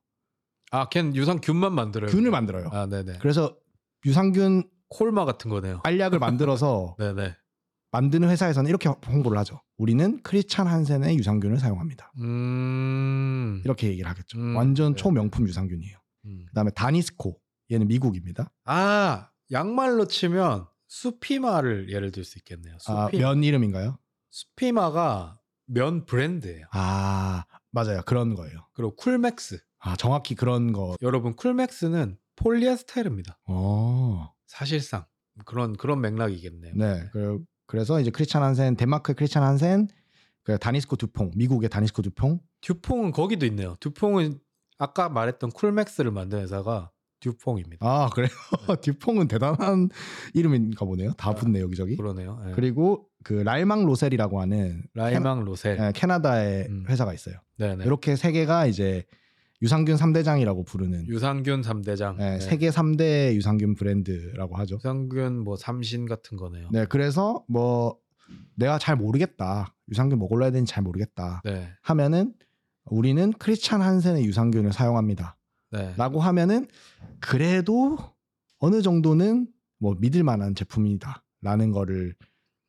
[SPEAKER 1] 아, 걘 유산균만 만들어요.
[SPEAKER 2] 균을 만들어요.
[SPEAKER 1] 아, 네, 네.
[SPEAKER 2] 그래서 유산균
[SPEAKER 1] 콜마 같은 거네요.
[SPEAKER 2] 알약을 만들어서
[SPEAKER 1] 네, 네.
[SPEAKER 2] 만드는 회사에서는 이렇게 홍보를 하죠. 우리는 크리스찬 한센의 유산균을 사용합니다.
[SPEAKER 1] 음.
[SPEAKER 2] 이렇게 얘기를 하겠죠.
[SPEAKER 1] 음,
[SPEAKER 2] 완전
[SPEAKER 1] 네.
[SPEAKER 2] 초명품 유산균이에요.
[SPEAKER 1] 음.
[SPEAKER 2] 그다음에 다니스코 얘는 미국입니다.
[SPEAKER 1] 아, 양말로 치면 수피마를 예를 들 수 있겠네요.
[SPEAKER 2] 아,
[SPEAKER 1] 수피,
[SPEAKER 2] 면 이름인가요?
[SPEAKER 1] 수피마가 면 브랜드예요.
[SPEAKER 2] 아 맞아요 그런 거예요.
[SPEAKER 1] 그리고 쿨맥스.
[SPEAKER 2] 아 정확히 그런 거.
[SPEAKER 1] 여러분 쿨맥스는 폴리에스테르입니다.
[SPEAKER 2] 어.
[SPEAKER 1] 사실상 그런 그런 맥락이겠네요.
[SPEAKER 2] 네. 그- 그래서 이제 크리스찬 한센 데마크의 크리스찬 한센 그 다니스코 두퐁 미국의 다니스코 두퐁
[SPEAKER 1] 듀퐁은 거기도 있네요. 듀퐁은 아까 말했던 쿨맥스를 만든 회사가 듀퐁입니다.
[SPEAKER 2] 아 그래요 듀퐁은 대단한 이름인가 보네요 다
[SPEAKER 1] 아,
[SPEAKER 2] 붙네 여기저기
[SPEAKER 1] 그러네요. 예.
[SPEAKER 2] 그리고 그 라일망 로셀이라고 하는
[SPEAKER 1] 라이망 로셀.
[SPEAKER 2] 캐나, 예, 캐나다의
[SPEAKER 1] 음.
[SPEAKER 2] 회사가 있어요
[SPEAKER 1] 네, 네.
[SPEAKER 2] 이렇게 세 개가 이제 유산균 3대장이라고 부르는
[SPEAKER 1] 유산균 3대장. 네.
[SPEAKER 2] 예, 세계 3대 유산균 브랜드라고 하죠
[SPEAKER 1] 유산균 뭐 삼신 같은 거네요.
[SPEAKER 2] 네 그래서 뭐 내가 잘 모르겠다 유산균 뭐 골라야 되는지 잘 모르겠다
[SPEAKER 1] 네.
[SPEAKER 2] 하면은 우리는 크리스찬 한센의 유산균을 사용합니다.
[SPEAKER 1] 네.
[SPEAKER 2] 라고 하면은 그래도 어느 정도는 뭐 믿을 만한 제품이다. 라는 거를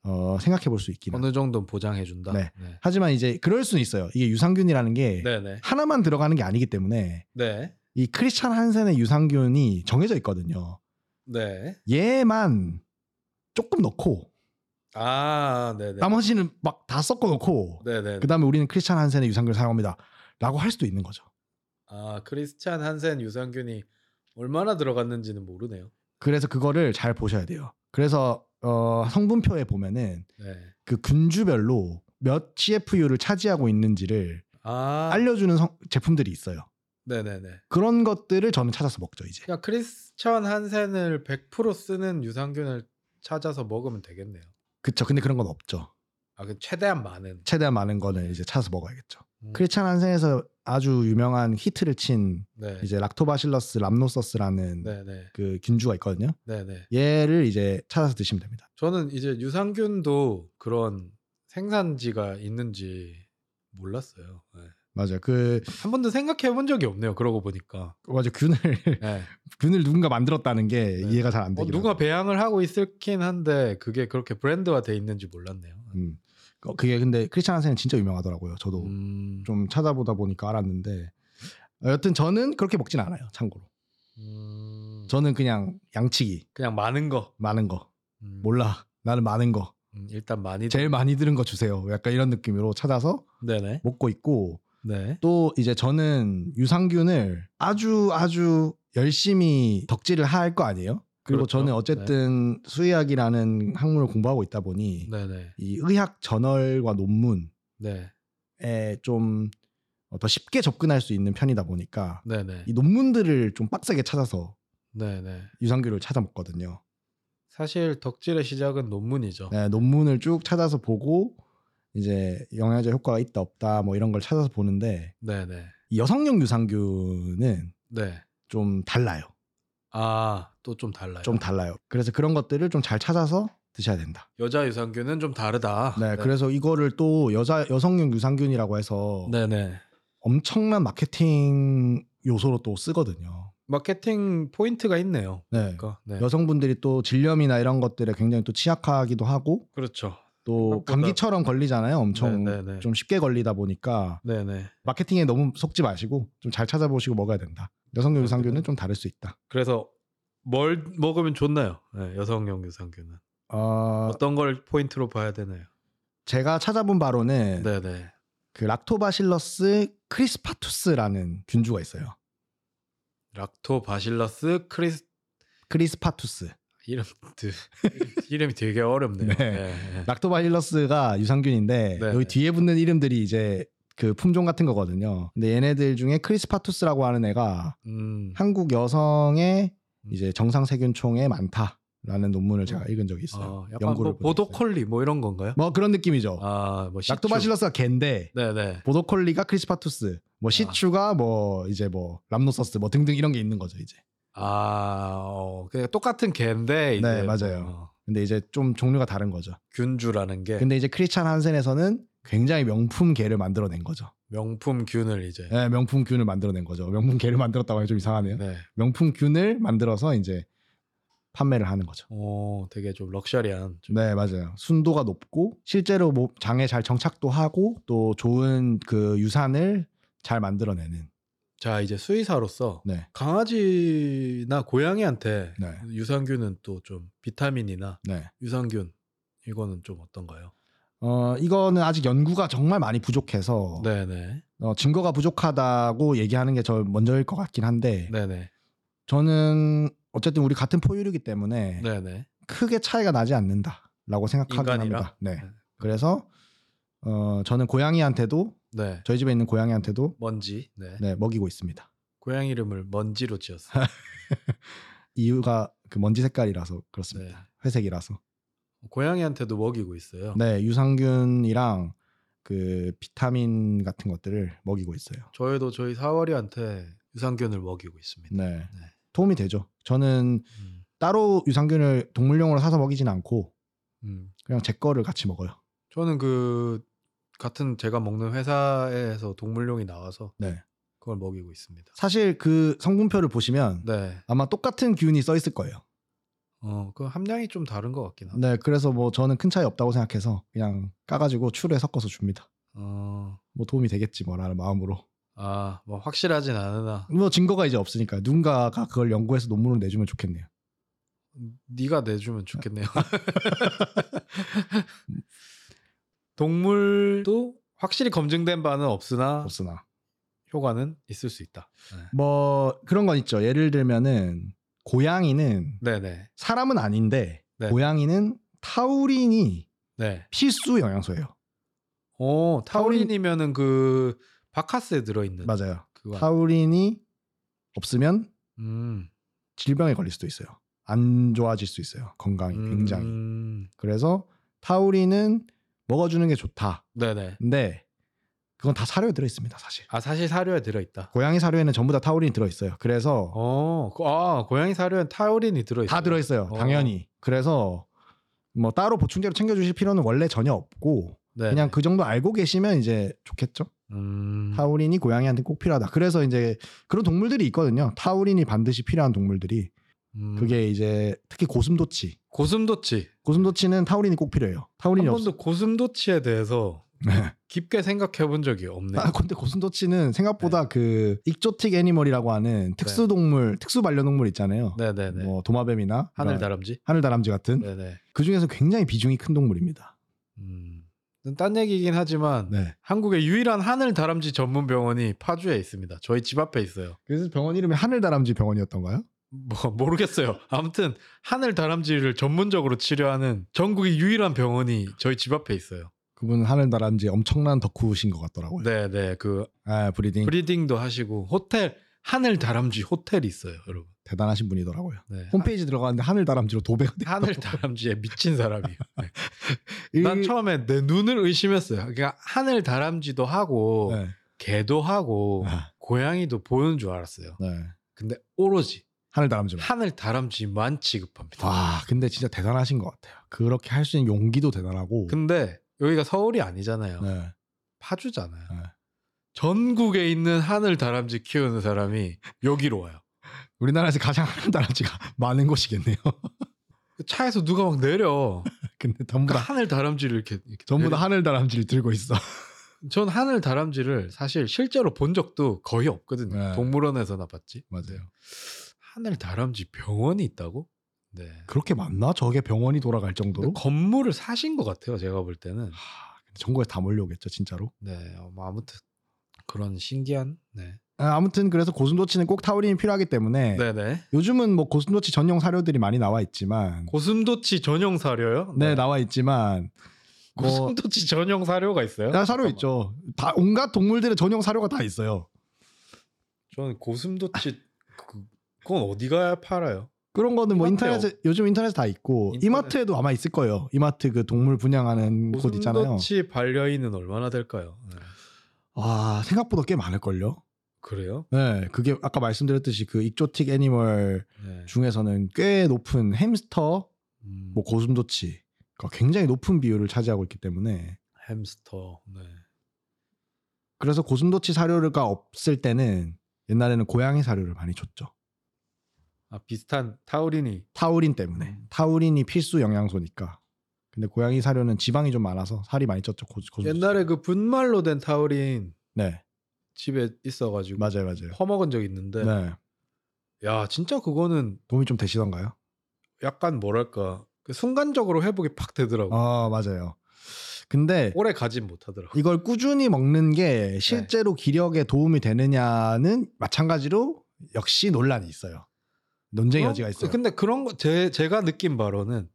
[SPEAKER 2] 어, 생각해 볼 수 있긴 하죠.
[SPEAKER 1] 어느 정도 보장해 준다.
[SPEAKER 2] 네.
[SPEAKER 1] 네.
[SPEAKER 2] 하지만 이제 그럴 수는 있어요. 이게 유산균이라는 게
[SPEAKER 1] 네, 네.
[SPEAKER 2] 하나만 들어가는 게 아니기 때문에
[SPEAKER 1] 네.
[SPEAKER 2] 이 크리스찬 한센의 유산균이 정해져 있거든요.
[SPEAKER 1] 네.
[SPEAKER 2] 얘만 조금 넣고
[SPEAKER 1] 아, 네, 네.
[SPEAKER 2] 나머지는 막 다 섞어 넣고
[SPEAKER 1] 네, 네.
[SPEAKER 2] 그다음에 우리는 크리스찬 한센의 유산균을 사용합니다. 라고 할 수도 있는 거죠.
[SPEAKER 1] 아, 크리스찬 한센 유산균이 얼마나 들어갔는지는 모르네요.
[SPEAKER 2] 그래서 그거를 잘 보셔야 돼요. 그래서 어, 성분표에 보면은
[SPEAKER 1] 네.
[SPEAKER 2] 그 군주별로 몇 CFU를 차지하고 있는지를
[SPEAKER 1] 아,
[SPEAKER 2] 알려주는 성- 제품들이 있어요.
[SPEAKER 1] 네, 네, 네.
[SPEAKER 2] 그런 것들을 저는 찾아서 먹죠 이제.
[SPEAKER 1] 그러니까 크리스찬 한센을 100% 쓰는 유산균을 찾아서 먹으면 되겠네요.
[SPEAKER 2] 그쵸. 근데 그런 건 없죠.
[SPEAKER 1] 아, 그 최대한 많은.
[SPEAKER 2] 최대한 많은 거는 이제 찾아서 먹어야겠죠.
[SPEAKER 1] 음,
[SPEAKER 2] 크리스찬 한센에서 아주 유명한 히트를 친
[SPEAKER 1] 네.
[SPEAKER 2] 이제 락토바실러스 람노서스라는
[SPEAKER 1] 네, 네.
[SPEAKER 2] 그 균주가 있거든요.
[SPEAKER 1] 네, 네.
[SPEAKER 2] 얘를 이제 찾아서 드시면 됩니다.
[SPEAKER 1] 저는 이제 유산균도 그런 생산지가 있는지 몰랐어요. 네.
[SPEAKER 2] 맞아요. 그
[SPEAKER 1] 한 번도 생각해 본 적이 없네요. 그러고 보니까.
[SPEAKER 2] 맞아 균을
[SPEAKER 1] 네.
[SPEAKER 2] 균을 누군가 만들었다는 게
[SPEAKER 1] 네.
[SPEAKER 2] 이해가 잘 안
[SPEAKER 1] 어,
[SPEAKER 2] 되긴
[SPEAKER 1] 누가 배양을 하고 있을긴 한데 그게 그렇게 브랜드화 돼 있는지 몰랐네요.
[SPEAKER 2] 음. 어, 그게 근데 크리스찬 한센은 진짜 유명하더라고요. 저도
[SPEAKER 1] 음,
[SPEAKER 2] 좀 찾아보다 보니까 알았는데 어, 여튼 저는 그렇게 먹진 않아요. 참고로
[SPEAKER 1] 음,
[SPEAKER 2] 저는 그냥 양치기
[SPEAKER 1] 그냥 많은 거.
[SPEAKER 2] 많은 거
[SPEAKER 1] 음,
[SPEAKER 2] 몰라 나는 많은 거
[SPEAKER 1] 음, 일단 많이.
[SPEAKER 2] 제일 많이 들은 거 주세요. 약간 이런 느낌으로 찾아서
[SPEAKER 1] 네네.
[SPEAKER 2] 먹고 있고
[SPEAKER 1] 네.
[SPEAKER 2] 또 이제 저는 유산균을 아주 아주 열심히 덕질을 할 거 아니에요. 그리고
[SPEAKER 1] 그렇죠.
[SPEAKER 2] 저는 어쨌든 수의학이라는 학문을 공부하고 있다 보니
[SPEAKER 1] 네네.
[SPEAKER 2] 이 의학 저널과 논문
[SPEAKER 1] 네.
[SPEAKER 2] 에 좀 어, 더 쉽게 접근할 수 있는 편이다 보니까
[SPEAKER 1] 네네.
[SPEAKER 2] 이 논문들을 좀 빡세게 찾아서
[SPEAKER 1] 네네.
[SPEAKER 2] 유산균을 찾아 먹거든요.
[SPEAKER 1] 사실 덕질의 시작은 논문이죠.
[SPEAKER 2] 네, 논문을 쭉 찾아서 보고 이제 영양제 효과가 있다 없다 뭐 이런 걸 찾아서 보는데
[SPEAKER 1] 네네.
[SPEAKER 2] 이 여성용 유산균은
[SPEAKER 1] 네.
[SPEAKER 2] 좀 달라요.
[SPEAKER 1] 아, 또 좀 달라요.
[SPEAKER 2] 좀 달라요. 그래서 그런 것들을 좀 잘 찾아서 드셔야 된다.
[SPEAKER 1] 여자 유산균은 좀 다르다.
[SPEAKER 2] 네, 그래서 이거를 또 여자 여성용 유산균이라고 해서
[SPEAKER 1] 네네.
[SPEAKER 2] 엄청난 마케팅 요소로 또 쓰거든요.
[SPEAKER 1] 마케팅 포인트가 있네요.
[SPEAKER 2] 네.
[SPEAKER 1] 그러니까. 네.
[SPEAKER 2] 여성분들이 또 질염이나 이런 것들에 굉장히 또 취약하기도 하고
[SPEAKER 1] 그렇죠.
[SPEAKER 2] 또
[SPEAKER 1] 생각보다-
[SPEAKER 2] 감기처럼 걸리잖아요. 엄청
[SPEAKER 1] 네, 네, 네.
[SPEAKER 2] 좀 쉽게 걸리다 보니까
[SPEAKER 1] 네네.
[SPEAKER 2] 마케팅에 너무 속지 마시고 좀 잘 찾아보시고 먹어야 된다. 여성용 유산균은 좀 다를 수 있다.
[SPEAKER 1] 그래서 뭘 먹으면 좋나요? 네, 여성용 유산균은
[SPEAKER 2] 어,
[SPEAKER 1] 어떤 걸 포인트로 봐야 되나요?
[SPEAKER 2] 제가 찾아본 바로는
[SPEAKER 1] 네네.
[SPEAKER 2] 그 락토바실러스 크리스파투스라는 균주가 있어요.
[SPEAKER 1] 락토바실러스 크리스
[SPEAKER 2] 크리스파투스.
[SPEAKER 1] 이름 드- 이름이 되게 어렵네요.
[SPEAKER 2] 네.
[SPEAKER 1] 네.
[SPEAKER 2] 락토바실러스가 유산균인데
[SPEAKER 1] 네.
[SPEAKER 2] 여기 뒤에 붙는 이름들이 이제 그 품종 같은 거거든요. 근데 얘네들 중에 크리스파투스라고 하는 애가
[SPEAKER 1] 음,
[SPEAKER 2] 한국 여성의 이제 정상 세균총에 많다라는 논문을 제가 읽은 적이 있어요.
[SPEAKER 1] 어, 약간 뭐
[SPEAKER 2] 연구를 보고 있어요.
[SPEAKER 1] 보도콜리 뭐 이런 건가요?
[SPEAKER 2] 뭐 그런 느낌이죠.
[SPEAKER 1] 아, 뭐 시추.
[SPEAKER 2] 락토바실러스가 갠데
[SPEAKER 1] 네네.
[SPEAKER 2] 보도콜리가 크리스파투스,
[SPEAKER 1] 아.
[SPEAKER 2] 뭐 시추가 뭐 이제 뭐 람노서스 뭐 등등 이런 게 있는 거죠 이제.
[SPEAKER 1] 아, 어, 그냥 똑같은 개인데 이제
[SPEAKER 2] 네, 맞아요.
[SPEAKER 1] 어,
[SPEAKER 2] 근데 이제 좀 종류가 다른 거죠.
[SPEAKER 1] 균주라는 게
[SPEAKER 2] 근데 이제 크리스찬 한센에서는 굉장히 명품 개를 만들어낸 거죠.
[SPEAKER 1] 명품 균을 이제
[SPEAKER 2] 예, 명품 균을 만들어낸 거죠. 명품 개를 만들었다고 하면 좀 이상하네요.
[SPEAKER 1] 네.
[SPEAKER 2] 명품 균을 만들어서 이제 판매를 하는 거죠.
[SPEAKER 1] 오, 되게 좀 럭셔리한 좀
[SPEAKER 2] 네, 맞아요. 순도가 높고 실제로 뭐 장에 잘 정착도 하고 또 좋은 그 유산을 잘 만들어내는.
[SPEAKER 1] 자 이제 수의사로서
[SPEAKER 2] 네,
[SPEAKER 1] 강아지나 고양이한테
[SPEAKER 2] 네.
[SPEAKER 1] 유산균은 또 좀 비타민이나
[SPEAKER 2] 네.
[SPEAKER 1] 유산균 이거는 좀 어떤가요?
[SPEAKER 2] 어 이거는 아직 연구가 정말 많이 부족해서
[SPEAKER 1] 네네
[SPEAKER 2] 어, 증거가 부족하다고 얘기하는 게 저 먼저일 것 같긴 한데
[SPEAKER 1] 네네
[SPEAKER 2] 저는 어쨌든 우리 같은 포유류이기 때문에
[SPEAKER 1] 네네
[SPEAKER 2] 크게 차이가 나지 않는다라고 생각하긴
[SPEAKER 1] 인간이랑?
[SPEAKER 2] 합니다. 네.
[SPEAKER 1] 네.
[SPEAKER 2] 그래서 어, 저는 고양이한테도
[SPEAKER 1] 네
[SPEAKER 2] 저희 집에 있는 고양이한테도
[SPEAKER 1] 먼지 네
[SPEAKER 2] 네, 먹이고 있습니다.
[SPEAKER 1] 고양이 이름을 먼지로 지었어요.
[SPEAKER 2] 이유가 그 먼지 색깔이라서
[SPEAKER 1] 네.
[SPEAKER 2] 그렇습니다. 회색이라서.
[SPEAKER 1] 고양이한테도 먹이고 있어요.
[SPEAKER 2] 네, 유산균이랑 그 비타민 같은 것들을 먹이고 있어요.
[SPEAKER 1] 저희도 저희 사월이한테 유산균을 먹이고 있습니다.
[SPEAKER 2] 네. 도움이 되죠. 저는
[SPEAKER 1] 음,
[SPEAKER 2] 따로 유산균을 동물용으로 사서 먹이진 않고
[SPEAKER 1] 음.
[SPEAKER 2] 그냥 제 거를 같이 먹어요.
[SPEAKER 1] 저는 그 같은 제가 먹는 회사에서 동물용이 나와서
[SPEAKER 2] 네.
[SPEAKER 1] 그걸 먹이고 있습니다.
[SPEAKER 2] 사실 그 성분표를 보시면
[SPEAKER 1] 네.
[SPEAKER 2] 아마 똑같은 균이 써 있을 거예요.
[SPEAKER 1] 어, 그 함량이 좀 다른 것 같긴 하다.
[SPEAKER 2] 네, 그래서 뭐 저는 큰 차이 없다고 생각해서 그냥 까가지고 추에 섞어서 줍니다.
[SPEAKER 1] 어,
[SPEAKER 2] 뭐 도움이 되겠지 뭐라는 마음으로.
[SPEAKER 1] 아, 뭐 확실하진 않으나
[SPEAKER 2] 뭐 증거가 이제 없으니까 누군가가 그걸 연구해서 논문을 내주면 좋겠네요. 음.
[SPEAKER 1] 네가 내주면 좋겠네요. 동물도 확실히 검증된 바는 없으나
[SPEAKER 2] 없으나
[SPEAKER 1] 효과는 있을 수 있다.
[SPEAKER 2] 뭐 그런 건 있죠. 예를 들면은 고양이는
[SPEAKER 1] 네, 네,
[SPEAKER 2] 사람은 아닌데
[SPEAKER 1] 네.
[SPEAKER 2] 고양이는 타우린이
[SPEAKER 1] 네.
[SPEAKER 2] 필수 영양소예요.
[SPEAKER 1] 오,
[SPEAKER 2] 타우린-
[SPEAKER 1] 타우린이면은 그 바카스에 들어있는
[SPEAKER 2] 맞아요.
[SPEAKER 1] 그거.
[SPEAKER 2] 타우린이 없으면
[SPEAKER 1] 음,
[SPEAKER 2] 질병에 걸릴 수도 있어요. 안 좋아질 수 있어요. 건강이 굉장히.
[SPEAKER 1] 음,
[SPEAKER 2] 그래서 타우린은 먹어주는 게 좋다.
[SPEAKER 1] 네, 네.
[SPEAKER 2] 근데 그건 다 사료에 들어 있습니다, 사실.
[SPEAKER 1] 아 사실 사료에 들어있다.
[SPEAKER 2] 고양이 사료에는 전부 다 타우린이 들어 있어요. 그래서
[SPEAKER 1] 어, 그- 아 고양이 사료엔 타우린이 들어있어.
[SPEAKER 2] 다 들어 있어요.
[SPEAKER 1] 어.
[SPEAKER 2] 당연히. 그래서 뭐 따로 보충제로 챙겨 주실 필요는 원래 전혀 없고
[SPEAKER 1] 네.
[SPEAKER 2] 그냥 그 정도 알고 계시면 이제 좋겠죠.
[SPEAKER 1] 음,
[SPEAKER 2] 타우린이 고양이한테 꼭 필요하다. 그래서 이제 그런 동물들이 있거든요. 타우린이 반드시 필요한 동물들이
[SPEAKER 1] 음.
[SPEAKER 2] 그게 이제 특히 고슴도치.
[SPEAKER 1] 고슴도치.
[SPEAKER 2] 고슴도치는 타우린이 꼭 필요해요.
[SPEAKER 1] 한
[SPEAKER 2] 타우린이 없어. 네.
[SPEAKER 1] 번도 고슴도치에 대해서 깊게 생각해 본 적이 없네요. 네.
[SPEAKER 2] 아, 근데 고슴도치는 생각보다 그 익조틱 애니멀이라고 하는 특수 동물, 특수 반려동물 있잖아요.
[SPEAKER 1] 네네네.
[SPEAKER 2] 뭐 도마뱀이나
[SPEAKER 1] 하늘
[SPEAKER 2] 이런
[SPEAKER 1] 다람쥐.
[SPEAKER 2] 하늘다람쥐 같은
[SPEAKER 1] 네네.
[SPEAKER 2] 그 중에서 굉장히 비중이 큰 동물입니다.
[SPEAKER 1] 음. 딴 얘기긴 하지만
[SPEAKER 2] 네.
[SPEAKER 1] 한국의 유일한 하늘 다람쥐 전문 병원이 파주에 있습니다. 저희 집 앞에 있어요.
[SPEAKER 2] 그래서 병원 이름이 하늘다람쥐 병원이었던가요?
[SPEAKER 1] 뭐 모르겠어요. 아무튼 하늘 다람쥐를 전문적으로 치료하는 전국의 유일한 병원이 저희 집 앞에 있어요.
[SPEAKER 2] 그분은 하늘다람쥐 엄청난 덕후신 것 같더라고요.
[SPEAKER 1] 네네. 그
[SPEAKER 2] 아, 브리딩
[SPEAKER 1] 브리딩도 하시고 호텔 하늘 다람쥐 호텔이 있어요, 여러분.
[SPEAKER 2] 대단하신 분이더라고요.
[SPEAKER 1] 네.
[SPEAKER 2] 홈페이지 들어가는데 하늘다람쥐로 도배가 돼.
[SPEAKER 1] 하늘 다람쥐에 미친 사람이에요. 네.
[SPEAKER 2] 일-
[SPEAKER 1] 난 처음에 내 눈을 의심했어요. 그러니까 하늘 다람쥐도 하고
[SPEAKER 2] 네.
[SPEAKER 1] 개도 하고
[SPEAKER 2] 아,
[SPEAKER 1] 고양이도 보는 줄 알았어요.
[SPEAKER 2] 네.
[SPEAKER 1] 근데 오로지
[SPEAKER 2] 하늘다람쥐.
[SPEAKER 1] 하늘 다람쥐만 취급합니다.
[SPEAKER 2] 와, 근데 진짜 대단하신 것 같아요. 그렇게 할 수 있는 용기도 대단하고.
[SPEAKER 1] 근데 여기가 서울이 아니잖아요.
[SPEAKER 2] 네.
[SPEAKER 1] 파주잖아요.
[SPEAKER 2] 네.
[SPEAKER 1] 전국에 있는 하늘 다람쥐 키우는 사람이 여기로 와요. 그
[SPEAKER 2] 우리나라에서 가장 하늘다람쥐가 많은 곳이겠네요.
[SPEAKER 1] 차에서 누가 막 내려.
[SPEAKER 2] 근데 전부
[SPEAKER 1] 그러니까
[SPEAKER 2] 다
[SPEAKER 1] 하늘 다람쥐를 이렇게, 이렇게
[SPEAKER 2] 전부 다
[SPEAKER 1] 내리-
[SPEAKER 2] 하늘 다람쥐를 들고 있어.
[SPEAKER 1] 전 하늘 다람쥐를 사실 실제로 본 적도 거의 없거든요.
[SPEAKER 2] 네.
[SPEAKER 1] 동물원에서나 봤지.
[SPEAKER 2] 맞아요.
[SPEAKER 1] 하늘 다람쥐 병원이 있다고? 네.
[SPEAKER 2] 그렇게 많나? 저게 병원이 돌아갈
[SPEAKER 1] 근데
[SPEAKER 2] 정도로?
[SPEAKER 1] 건물을 사신 것 같아요. 제가 볼 때는.
[SPEAKER 2] 하, 근데 전국에 다 몰려오겠죠, 진짜로.
[SPEAKER 1] 네. 어, 뭐 아무튼 그런 신기한. 네.
[SPEAKER 2] 아, 아무튼 그래서 고슴도치는 꼭 타우린이 필요하기 때문에
[SPEAKER 1] 네네.
[SPEAKER 2] 요즘은 뭐 고슴도치 전용 사료들이 많이 나와 있지만
[SPEAKER 1] 고슴도치 전용 사료요?
[SPEAKER 2] 네, 나와 있지만 뭐-
[SPEAKER 1] 고슴도치 전용 사료가 있어요?
[SPEAKER 2] 야, 사료
[SPEAKER 1] 잠깐만.
[SPEAKER 2] 있죠. 다 온갖 동물들의 전용 사료가 다 있어요.
[SPEAKER 1] 저는 고슴도치 그- 그건 어디 가야 팔아요?
[SPEAKER 2] 그런 거는 뭐
[SPEAKER 1] 이마트요.
[SPEAKER 2] 인터넷에 요즘 인터넷에 다 있고
[SPEAKER 1] 인터넷.
[SPEAKER 2] 이마트에도 아마 있을 거예요. 이마트 그 동물 분양하는 곳 있잖아요.
[SPEAKER 1] 고슴도치 반려인은 얼마나 될까요? 네.
[SPEAKER 2] 와 아, 생각보다 꽤 많을 걸요.
[SPEAKER 1] 그래요?
[SPEAKER 2] 네, 그게 아까 말씀드렸듯이 그 익조틱 애니멀
[SPEAKER 1] 네.
[SPEAKER 2] 중에서는 꽤 높은 햄스터,
[SPEAKER 1] 음,
[SPEAKER 2] 뭐 고슴도치가 굉장히 높은 비율을 차지하고 있기 때문에
[SPEAKER 1] 햄스터. 네.
[SPEAKER 2] 그래서 고슴도치 사료가 없을 때는 옛날에는 고양이 사료를 많이 줬죠.
[SPEAKER 1] 아 비슷한 타우린이
[SPEAKER 2] 타우린 때문에
[SPEAKER 1] 음.
[SPEAKER 2] 타우린이 필수 영양소니까. 근데 고양이 사료는 지방이 좀 많아서 살이 많이 쪘죠. 고, 고슴도치.
[SPEAKER 1] 옛날에 그 분말로 된 타우린
[SPEAKER 2] 네
[SPEAKER 1] 집에 있어가지고
[SPEAKER 2] 맞아요 맞아요.
[SPEAKER 1] 퍼먹은 적 있는데
[SPEAKER 2] 네.
[SPEAKER 1] 야 진짜 그거는
[SPEAKER 2] 도움이 좀 되시던가요?
[SPEAKER 1] 약간 뭐랄까 그 순간적으로 회복이 팍 되더라고.
[SPEAKER 2] 아 맞아요. 근데
[SPEAKER 1] 오래 가진 못하더라고.
[SPEAKER 2] 이걸 꾸준히 먹는 게
[SPEAKER 1] 네.
[SPEAKER 2] 실제로 기력에 도움이 되느냐는 마찬가지로 역시 논란이 있어요. 논쟁의
[SPEAKER 1] 그럼-
[SPEAKER 2] 여지가 있어요.
[SPEAKER 1] 근데 그런 거 제 제가 느낀 바로는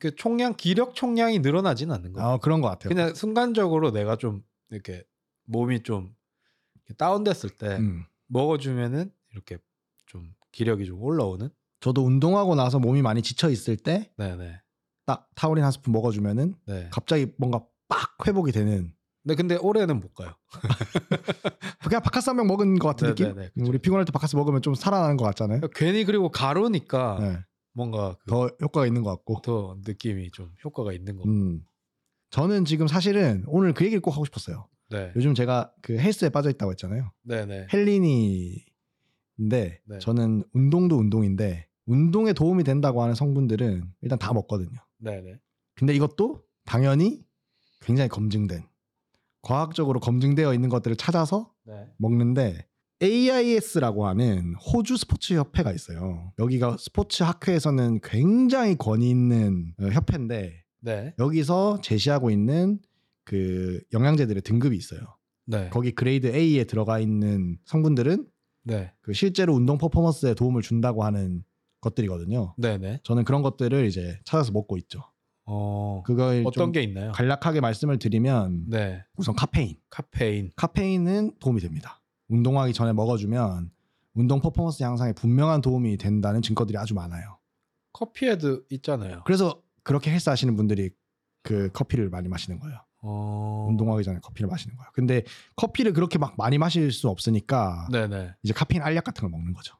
[SPEAKER 1] 그 총량 기력 총량이 늘어나진 않는 거예요.
[SPEAKER 2] 아 그런 것 같아요.
[SPEAKER 1] 그냥 순간적으로 내가 좀 이렇게 몸이 좀 이렇게 다운됐을 때
[SPEAKER 2] 음.
[SPEAKER 1] 먹어주면은 이렇게 좀 기력이 좀 올라오는.
[SPEAKER 2] 저도 운동하고 나서 몸이 많이 지쳐 있을 때 딱
[SPEAKER 1] 네네.
[SPEAKER 2] 타우린 한 스푼 먹어주면은
[SPEAKER 1] 네.
[SPEAKER 2] 갑자기 뭔가 빡 회복이 되는.
[SPEAKER 1] 네, 근데 올해는 못 가요.
[SPEAKER 2] 그냥 바카스 한 병 먹은 것 같은
[SPEAKER 1] 네,
[SPEAKER 2] 느낌.
[SPEAKER 1] 네, 네, 그쵸, 그러니까.
[SPEAKER 2] 우리
[SPEAKER 1] 그쵸.
[SPEAKER 2] 피곤할 때 바카스 먹으면 좀 살아나는 것 같잖아요.
[SPEAKER 1] 괜히 그리고 가루니까
[SPEAKER 2] 네.
[SPEAKER 1] 뭔가 그
[SPEAKER 2] 더 효과가 있는 것 같고.
[SPEAKER 1] 더 느낌이 좀 효과가 있는 거.
[SPEAKER 2] 음. 저는 지금 사실은 오늘 그 얘기를 꼭 하고 싶었어요.
[SPEAKER 1] 네.
[SPEAKER 2] 요즘 제가 그 헬스에 빠져 있다고 했잖아요.
[SPEAKER 1] 네네.
[SPEAKER 2] 헬린이인데
[SPEAKER 1] 네.
[SPEAKER 2] 저는 운동도 운동인데 운동에 도움이 된다고 하는 성분들은 일단 다 먹거든요.
[SPEAKER 1] 네네.
[SPEAKER 2] 근데 이것도 당연히 굉장히 검증된 과학적으로 검증되어 있는 것들을 찾아서
[SPEAKER 1] 네.
[SPEAKER 2] 먹는데 AIS라고 하는 호주 스포츠 협회가 있어요. 여기가 스포츠 학회에서는 굉장히 권위 있는 어, 협회인데
[SPEAKER 1] 네.
[SPEAKER 2] 여기서 제시하고 있는 그 영양제들의 등급이 있어요.
[SPEAKER 1] 네.
[SPEAKER 2] 거기 그레이드 A에 들어가 있는 성분들은
[SPEAKER 1] 네.
[SPEAKER 2] 그 실제로 운동 퍼포먼스에 도움을 준다고 하는 것들이거든요.
[SPEAKER 1] 네네.
[SPEAKER 2] 저는 그런 것들을 이제 찾아서 먹고 있죠.
[SPEAKER 1] 어.
[SPEAKER 2] 그걸
[SPEAKER 1] 어떤
[SPEAKER 2] 좀
[SPEAKER 1] 게 있나요?
[SPEAKER 2] 간략하게 말씀을 드리면
[SPEAKER 1] 네.
[SPEAKER 2] 우선 카페인.
[SPEAKER 1] 카페인.
[SPEAKER 2] 카페인은 도움이 됩니다. 운동하기 전에 먹어주면 운동 퍼포먼스 향상에 분명한 도움이 된다는 증거들이 아주 많아요.
[SPEAKER 1] 커피에도 있잖아요.
[SPEAKER 2] 그래서 그렇게 헬스 하시는 분들이 그 커피를 많이 마시는 거예요.
[SPEAKER 1] 어.
[SPEAKER 2] 운동하기 전에 커피를 마시는 거예요. 근데 커피를 그렇게 막 많이 마실 수 없으니까
[SPEAKER 1] 네네.
[SPEAKER 2] 이제 카페인 알약 같은 걸 먹는 거죠.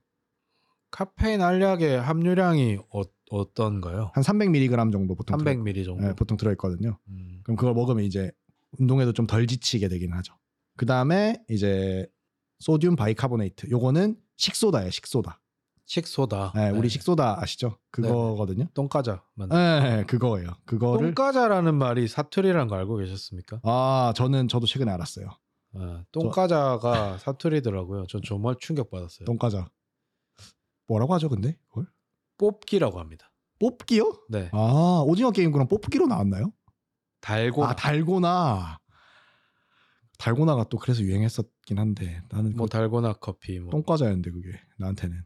[SPEAKER 1] 카페인 알약의 함유량이 어, 어떤가요?
[SPEAKER 2] 한 300mg 정도 보통
[SPEAKER 1] 300ml 정도.
[SPEAKER 2] 들어, 네, 보통 들어있거든요.
[SPEAKER 1] 음.
[SPEAKER 2] 그럼 그걸 먹으면 이제 운동에도 좀 덜 지치게 되긴 하죠. 그 다음에 이제 소듐 바이카보네이트. 요거는 식소다예요. 식소다.
[SPEAKER 1] 식소다.
[SPEAKER 2] 네,
[SPEAKER 1] 네.
[SPEAKER 2] 우리 식소다 아시죠? 그거거든요.
[SPEAKER 1] 똥과자. 맞나?
[SPEAKER 2] 네, 그거예요. 그거를
[SPEAKER 1] 똥과자라는 말이 사투리라는 거 알고 계셨습니까?
[SPEAKER 2] 아 저는 저도 최근에 알았어요.
[SPEAKER 1] 아, 똥과자가 사투리더라고요. 전 정말 충격받았어요.
[SPEAKER 2] 똥과자. 뭐라고 하죠, 근데? 그걸?
[SPEAKER 1] 뽑기라고 합니다.
[SPEAKER 2] 뽑기요?
[SPEAKER 1] 네.
[SPEAKER 2] 아 오징어 게임 그럼 뽑기로 나왔나요?
[SPEAKER 1] 달고
[SPEAKER 2] 아 달고나. 달고나가 또 그래서 유행했었긴 한데 나는
[SPEAKER 1] 뭐
[SPEAKER 2] 그
[SPEAKER 1] 달고나 커피 뭐
[SPEAKER 2] 똥과자였는데 그게 나한테는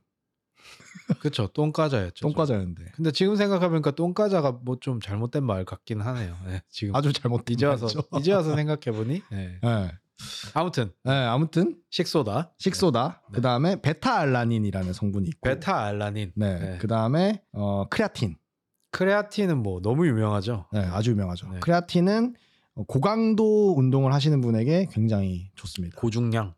[SPEAKER 1] 그쵸 똥과자였죠.
[SPEAKER 2] 똥과자였는데
[SPEAKER 1] 근데 지금 생각해보니까 똥과자가 뭐 좀 잘못된 말 같긴 하네요. 예, 지금
[SPEAKER 2] 아주 그렇죠. 잘못
[SPEAKER 1] 이제 와서 이제 와서 생각해보니 예.
[SPEAKER 2] 예,
[SPEAKER 1] 아무튼
[SPEAKER 2] 예, 아무튼
[SPEAKER 1] 식소다
[SPEAKER 2] 식소다.
[SPEAKER 1] 네.
[SPEAKER 2] 그 다음에 베타알라닌이라는 성분이 있고.
[SPEAKER 1] 베타 알라닌
[SPEAKER 2] 네.
[SPEAKER 1] 네.
[SPEAKER 2] 그 다음에 어, 크레아틴.
[SPEAKER 1] 크레아틴은 뭐 너무 유명하죠.
[SPEAKER 2] 네, 아주 유명하죠.
[SPEAKER 1] 네.
[SPEAKER 2] 크레아틴은 고강도 운동을 하시는 분에게 굉장히 좋습니다. 고,
[SPEAKER 1] 고중량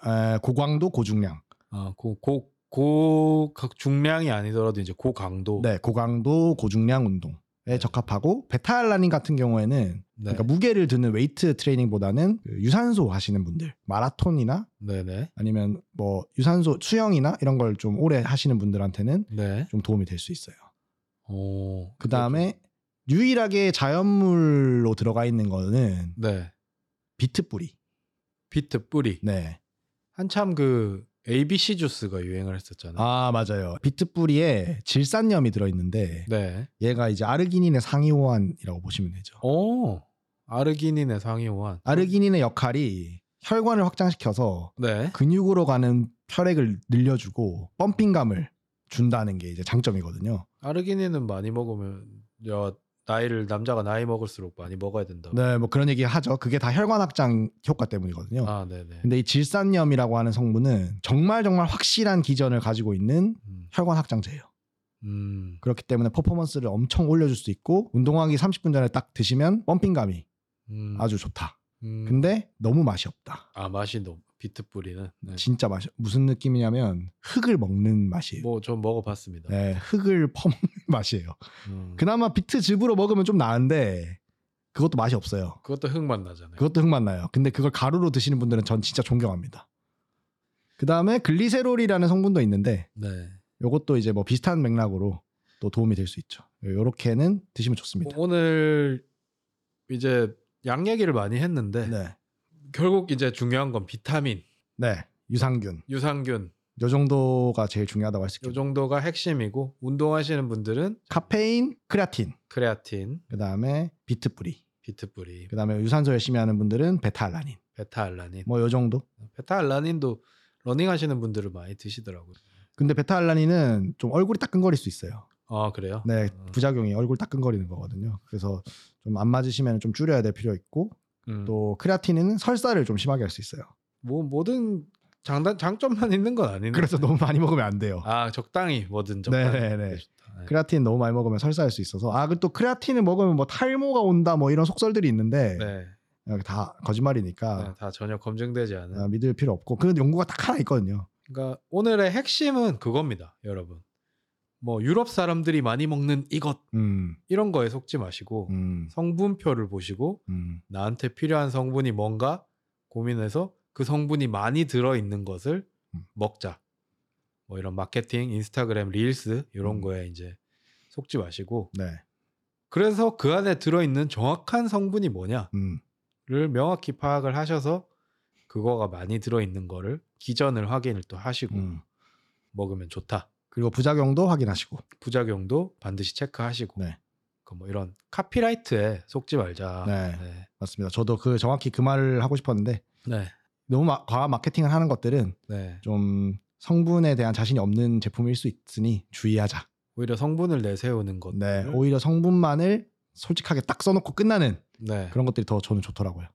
[SPEAKER 2] 강도 고중량.
[SPEAKER 1] 어, 어고고고 중량이 아니더라도 이제 고강도
[SPEAKER 2] 네, 고강도 고중량 운동에 적합하고 베타알라닌 같은 경우에는
[SPEAKER 1] 네.
[SPEAKER 2] 그러니까 무게를 드는 웨이트 트레이닝보다는 그 유산소 하시는 분들, 마라톤이나
[SPEAKER 1] 네네
[SPEAKER 2] 아니면 뭐 유산소 수영이나 이런 걸 좀 오래 하시는 분들한테는
[SPEAKER 1] 네.
[SPEAKER 2] 좀 도움이 될 수 있어요.
[SPEAKER 1] 오
[SPEAKER 2] 그 다음에 유일하게 자연물로 들어가 있는 거는
[SPEAKER 1] 네.
[SPEAKER 2] 비트 뿌리.
[SPEAKER 1] 비트 뿌리.
[SPEAKER 2] 네.
[SPEAKER 1] 한참 그 ABC 주스가 유행을 했었잖아요.
[SPEAKER 2] 아 맞아요. 비트 뿌리에 질산염이 들어있는데
[SPEAKER 1] 네.
[SPEAKER 2] 얘가 이제 아르기닌의 상위호환이라고 보시면 되죠.
[SPEAKER 1] 어. 오.
[SPEAKER 2] 어.
[SPEAKER 1] 아르기닌의 상위호환.
[SPEAKER 2] 아르기닌의 역할이 혈관을 확장시켜서
[SPEAKER 1] 네.
[SPEAKER 2] 근육으로 가는 혈액을 늘려주고 펌핑감을 준다는 게 이제 장점이거든요.
[SPEAKER 1] 아르기닌은 많이 먹으면 여 나이를 남자가 나이 먹을수록 많이 먹어야 된다고.
[SPEAKER 2] 네, 뭐 그런 얘기 하죠. 그게 다 혈관 확장 효과 때문이거든요.
[SPEAKER 1] 아, 네, 네.
[SPEAKER 2] 근데 이 질산염이라고 하는 성분은 정말 정말 확실한 기전을 가지고 있는
[SPEAKER 1] 음.
[SPEAKER 2] 혈관 확장제예요.
[SPEAKER 1] 음.
[SPEAKER 2] 그렇기 때문에 퍼포먼스를 엄청 올려줄 수 있고 운동하기 30분 전에 딱 드시면 펌핑감이
[SPEAKER 1] 음.
[SPEAKER 2] 아주 좋다.
[SPEAKER 1] 음.
[SPEAKER 2] 근데 너무 맛이 없다.
[SPEAKER 1] 아, 맛이 너무 비트 뿌리는. 네.
[SPEAKER 2] 진짜 맛이 무슨 느낌이냐면 흙을 먹는 맛이에요.
[SPEAKER 1] 뭐좀 먹어 봤습니다.
[SPEAKER 2] 예. 네, 흙을 퍼먹는 맛이에요.
[SPEAKER 1] 음.
[SPEAKER 2] 그나마 비트 즙으로 먹으면 좀 나은데 그것도 맛이 없어요.
[SPEAKER 1] 그것도 흙맛 나잖아요.
[SPEAKER 2] 그것도 흙맛 나요. 근데 그걸 가루로 드시는 분들은 전 진짜 존경합니다. 그 다음에 글리세롤이라는 성분도 있는데
[SPEAKER 1] 네.
[SPEAKER 2] 요것도 이제 뭐 비슷한 맥락으로 또 도움이 될 수 있죠. 요렇게는 드시면 좋습니다.
[SPEAKER 1] 오늘 이제 양 얘기를 많이 했는데
[SPEAKER 2] 네.
[SPEAKER 1] 결국 이제 중요한 건 비타민,
[SPEAKER 2] 네. 유산균.
[SPEAKER 1] 유산균
[SPEAKER 2] 요 정도가 제일 중요하다고 할 수
[SPEAKER 1] 요
[SPEAKER 2] 있겠죠.
[SPEAKER 1] 정도가 핵심이고 운동하시는 분들은
[SPEAKER 2] 카페인, 크레아틴,
[SPEAKER 1] 크레아틴,
[SPEAKER 2] 그 다음에 비트뿌리,
[SPEAKER 1] 비트 뿌리,
[SPEAKER 2] 그 다음에 유산소 열심히 하는 분들은 베타알라닌.
[SPEAKER 1] 베타알라닌.
[SPEAKER 2] 뭐 요 정도.
[SPEAKER 1] 베타알라닌도 러닝 하시는 분들은 많이 드시더라고요.
[SPEAKER 2] 근데 베타알라닌은 좀 얼굴이 따끈거릴 수 있어요.
[SPEAKER 1] 아, 그래요?
[SPEAKER 2] 네,
[SPEAKER 1] 어,
[SPEAKER 2] 부작용이 얼굴 따끈거리는 거거든요. 그래서 좀 안 맞으시면 좀 줄여야 될 필요 있고
[SPEAKER 1] 음.
[SPEAKER 2] 또 크레아틴은 설사를 좀 심하게 할 수 있어요.
[SPEAKER 1] 뭐 모든 장단 장점만 있는 건 아닌데.
[SPEAKER 2] 그래서 너무 많이 먹으면 안 돼요.
[SPEAKER 1] 음. 아, 적당히 뭐든 적당히.
[SPEAKER 2] 그렇죠. 네네네.
[SPEAKER 1] 좋다. 네.
[SPEAKER 2] 크레아틴 너무 많이 먹으면 설사할 수 있어서 아 그 또 크레아틴을 먹으면 뭐 탈모가 온다 뭐 이런 속설들이 있는데 아,
[SPEAKER 1] 네.
[SPEAKER 2] 다 거짓말이니까
[SPEAKER 1] 네, 다 전혀 검증되지 않은.
[SPEAKER 2] 아, 믿을 필요 없고 그런 연구가 딱 하나 있거든요.
[SPEAKER 1] 그러니까 오늘의 핵심은 그겁니다, 여러분. 뭐 유럽 사람들이 많이 먹는 이것
[SPEAKER 2] 음,
[SPEAKER 1] 이런 거에 속지 마시고
[SPEAKER 2] 음,
[SPEAKER 1] 성분표를 보시고
[SPEAKER 2] 음,
[SPEAKER 1] 나한테 필요한 성분이 뭔가 고민해서 그 성분이 많이 들어 있는 것을
[SPEAKER 2] 음.
[SPEAKER 1] 먹자. 뭐 이런 마케팅, 인스타그램 릴스 이런
[SPEAKER 2] 음.
[SPEAKER 1] 거에 이제 속지 마시고
[SPEAKER 2] 네,
[SPEAKER 1] 그래서 그 안에 들어 있는 정확한 성분이 뭐냐
[SPEAKER 2] 음,
[SPEAKER 1] 를 명확히 파악을 하셔서 그거가 많이 들어있는 거를 기전을 확인을 또 하시고
[SPEAKER 2] 음.
[SPEAKER 1] 먹으면 좋다.
[SPEAKER 2] 그리고 부작용도 확인하시고
[SPEAKER 1] 부작용도 반드시 체크하시고
[SPEAKER 2] 네.
[SPEAKER 1] 그뭐 이런 카피라이트에 속지 말자.
[SPEAKER 2] 네.
[SPEAKER 1] 네.
[SPEAKER 2] 맞습니다. 저도 그 정확히 그 말을 하고 싶었는데
[SPEAKER 1] 네.
[SPEAKER 2] 너무 마- 과한 마케팅을 하는 것들은
[SPEAKER 1] 네.
[SPEAKER 2] 좀 성분에 대한 자신이 없는 제품일 수 있으니 주의하자.
[SPEAKER 1] 오히려 성분을 내세우는 것.
[SPEAKER 2] 네, 오히려 성분만을 솔직하게 딱 써놓고 끝나는
[SPEAKER 1] 네.
[SPEAKER 2] 그런 것들이 더 저는 좋더라고요.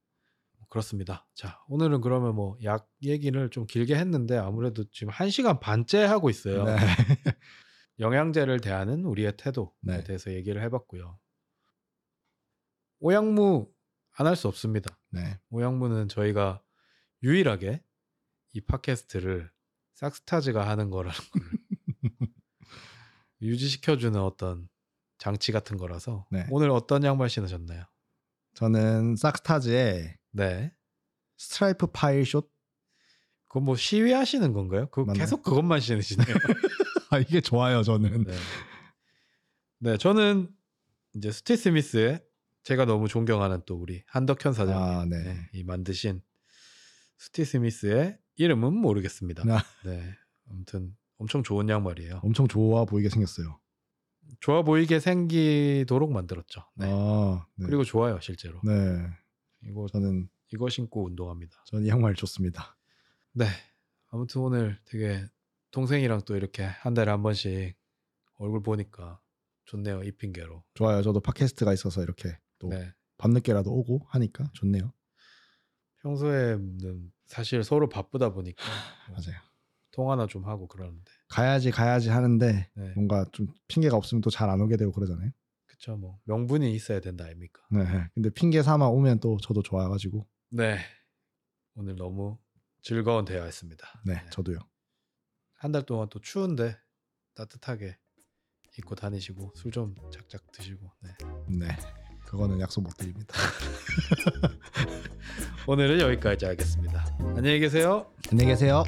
[SPEAKER 1] 그렇습니다. 자, 오늘은 그러면 뭐 약 얘기를 좀 길게 했는데 아무래도 지금 1시간 반째 하고 있어요.
[SPEAKER 2] 네.
[SPEAKER 1] 영양제를 대하는 우리의 태도에
[SPEAKER 2] 네.
[SPEAKER 1] 대해서 얘기를 해봤고요. 오양무 안 할 수 없습니다.
[SPEAKER 2] 네.
[SPEAKER 1] 오양무는 저희가 유일하게 이 팟캐스트를 싹스타즈가 하는 거라는 걸 유지시켜주는 어떤 장치 같은 거라서
[SPEAKER 2] 네.
[SPEAKER 1] 오늘 어떤 양말 신으셨나요?
[SPEAKER 2] 저는 싹스타즈의
[SPEAKER 1] 네.
[SPEAKER 2] 스트라이프 파일 숏.
[SPEAKER 1] 그건 뭐 시위하시는 건가요? 그
[SPEAKER 2] 맞나요?
[SPEAKER 1] 계속 그것만 신으시네요.
[SPEAKER 2] 아 이게 좋아요 저는.
[SPEAKER 1] 네. 네, 저는 이제 스티 스미스의 제가 너무 존경하는 또 우리 한덕현 사장님
[SPEAKER 2] 아 네.
[SPEAKER 1] 네, 이 만드신 스티 스미스의 이름은 모르겠습니다.
[SPEAKER 2] 아.
[SPEAKER 1] 네. 아무튼 엄청 좋은 양말이에요.
[SPEAKER 2] 엄청 좋아 보이게 생겼어요.
[SPEAKER 1] 좋아 보이게 생기도록 만들었죠. 네.
[SPEAKER 2] 아 네.
[SPEAKER 1] 그리고 좋아요, 실제로.
[SPEAKER 2] 네.
[SPEAKER 1] 이거
[SPEAKER 2] 저는
[SPEAKER 1] 이거 신고 운동합니다.
[SPEAKER 2] 저는 이 양말 좋습니다.
[SPEAKER 1] 네. 아무튼 오늘 되게 동생이랑 또 이렇게 한 달에 한 번씩 얼굴 보니까 좋네요. 이 핑계로.
[SPEAKER 2] 좋아요. 저도 팟캐스트가 있어서 이렇게 또
[SPEAKER 1] 네.
[SPEAKER 2] 밤늦게라도 오고 하니까 좋네요.
[SPEAKER 1] 평소에는 사실 서로 바쁘다 보니까
[SPEAKER 2] 맞아요.
[SPEAKER 1] 통화나 좀 하고 그러는데.
[SPEAKER 2] 가야지 가야지 하는데
[SPEAKER 1] 네.
[SPEAKER 2] 뭔가 좀 핑계가 없으면 또 잘 안 오게 되고 그러잖아요.
[SPEAKER 1] 그쵸 뭐 명분이 있어야 된다 아닙니까?
[SPEAKER 2] 네. 근데 핑계 삼아 오면 또 저도 좋아가지고
[SPEAKER 1] 네. 오늘 너무 즐거운 대화였습니다.
[SPEAKER 2] 네, 저도요.
[SPEAKER 1] 한 달 동안 또 추운데 따뜻하게 입고 다니시고 술 좀 작작 드시고. 네.
[SPEAKER 2] 네. 그거는 약속 못 드립니다.
[SPEAKER 1] 오늘은 여기까지 하겠습니다. 안녕히 계세요.
[SPEAKER 2] 안녕히 계세요.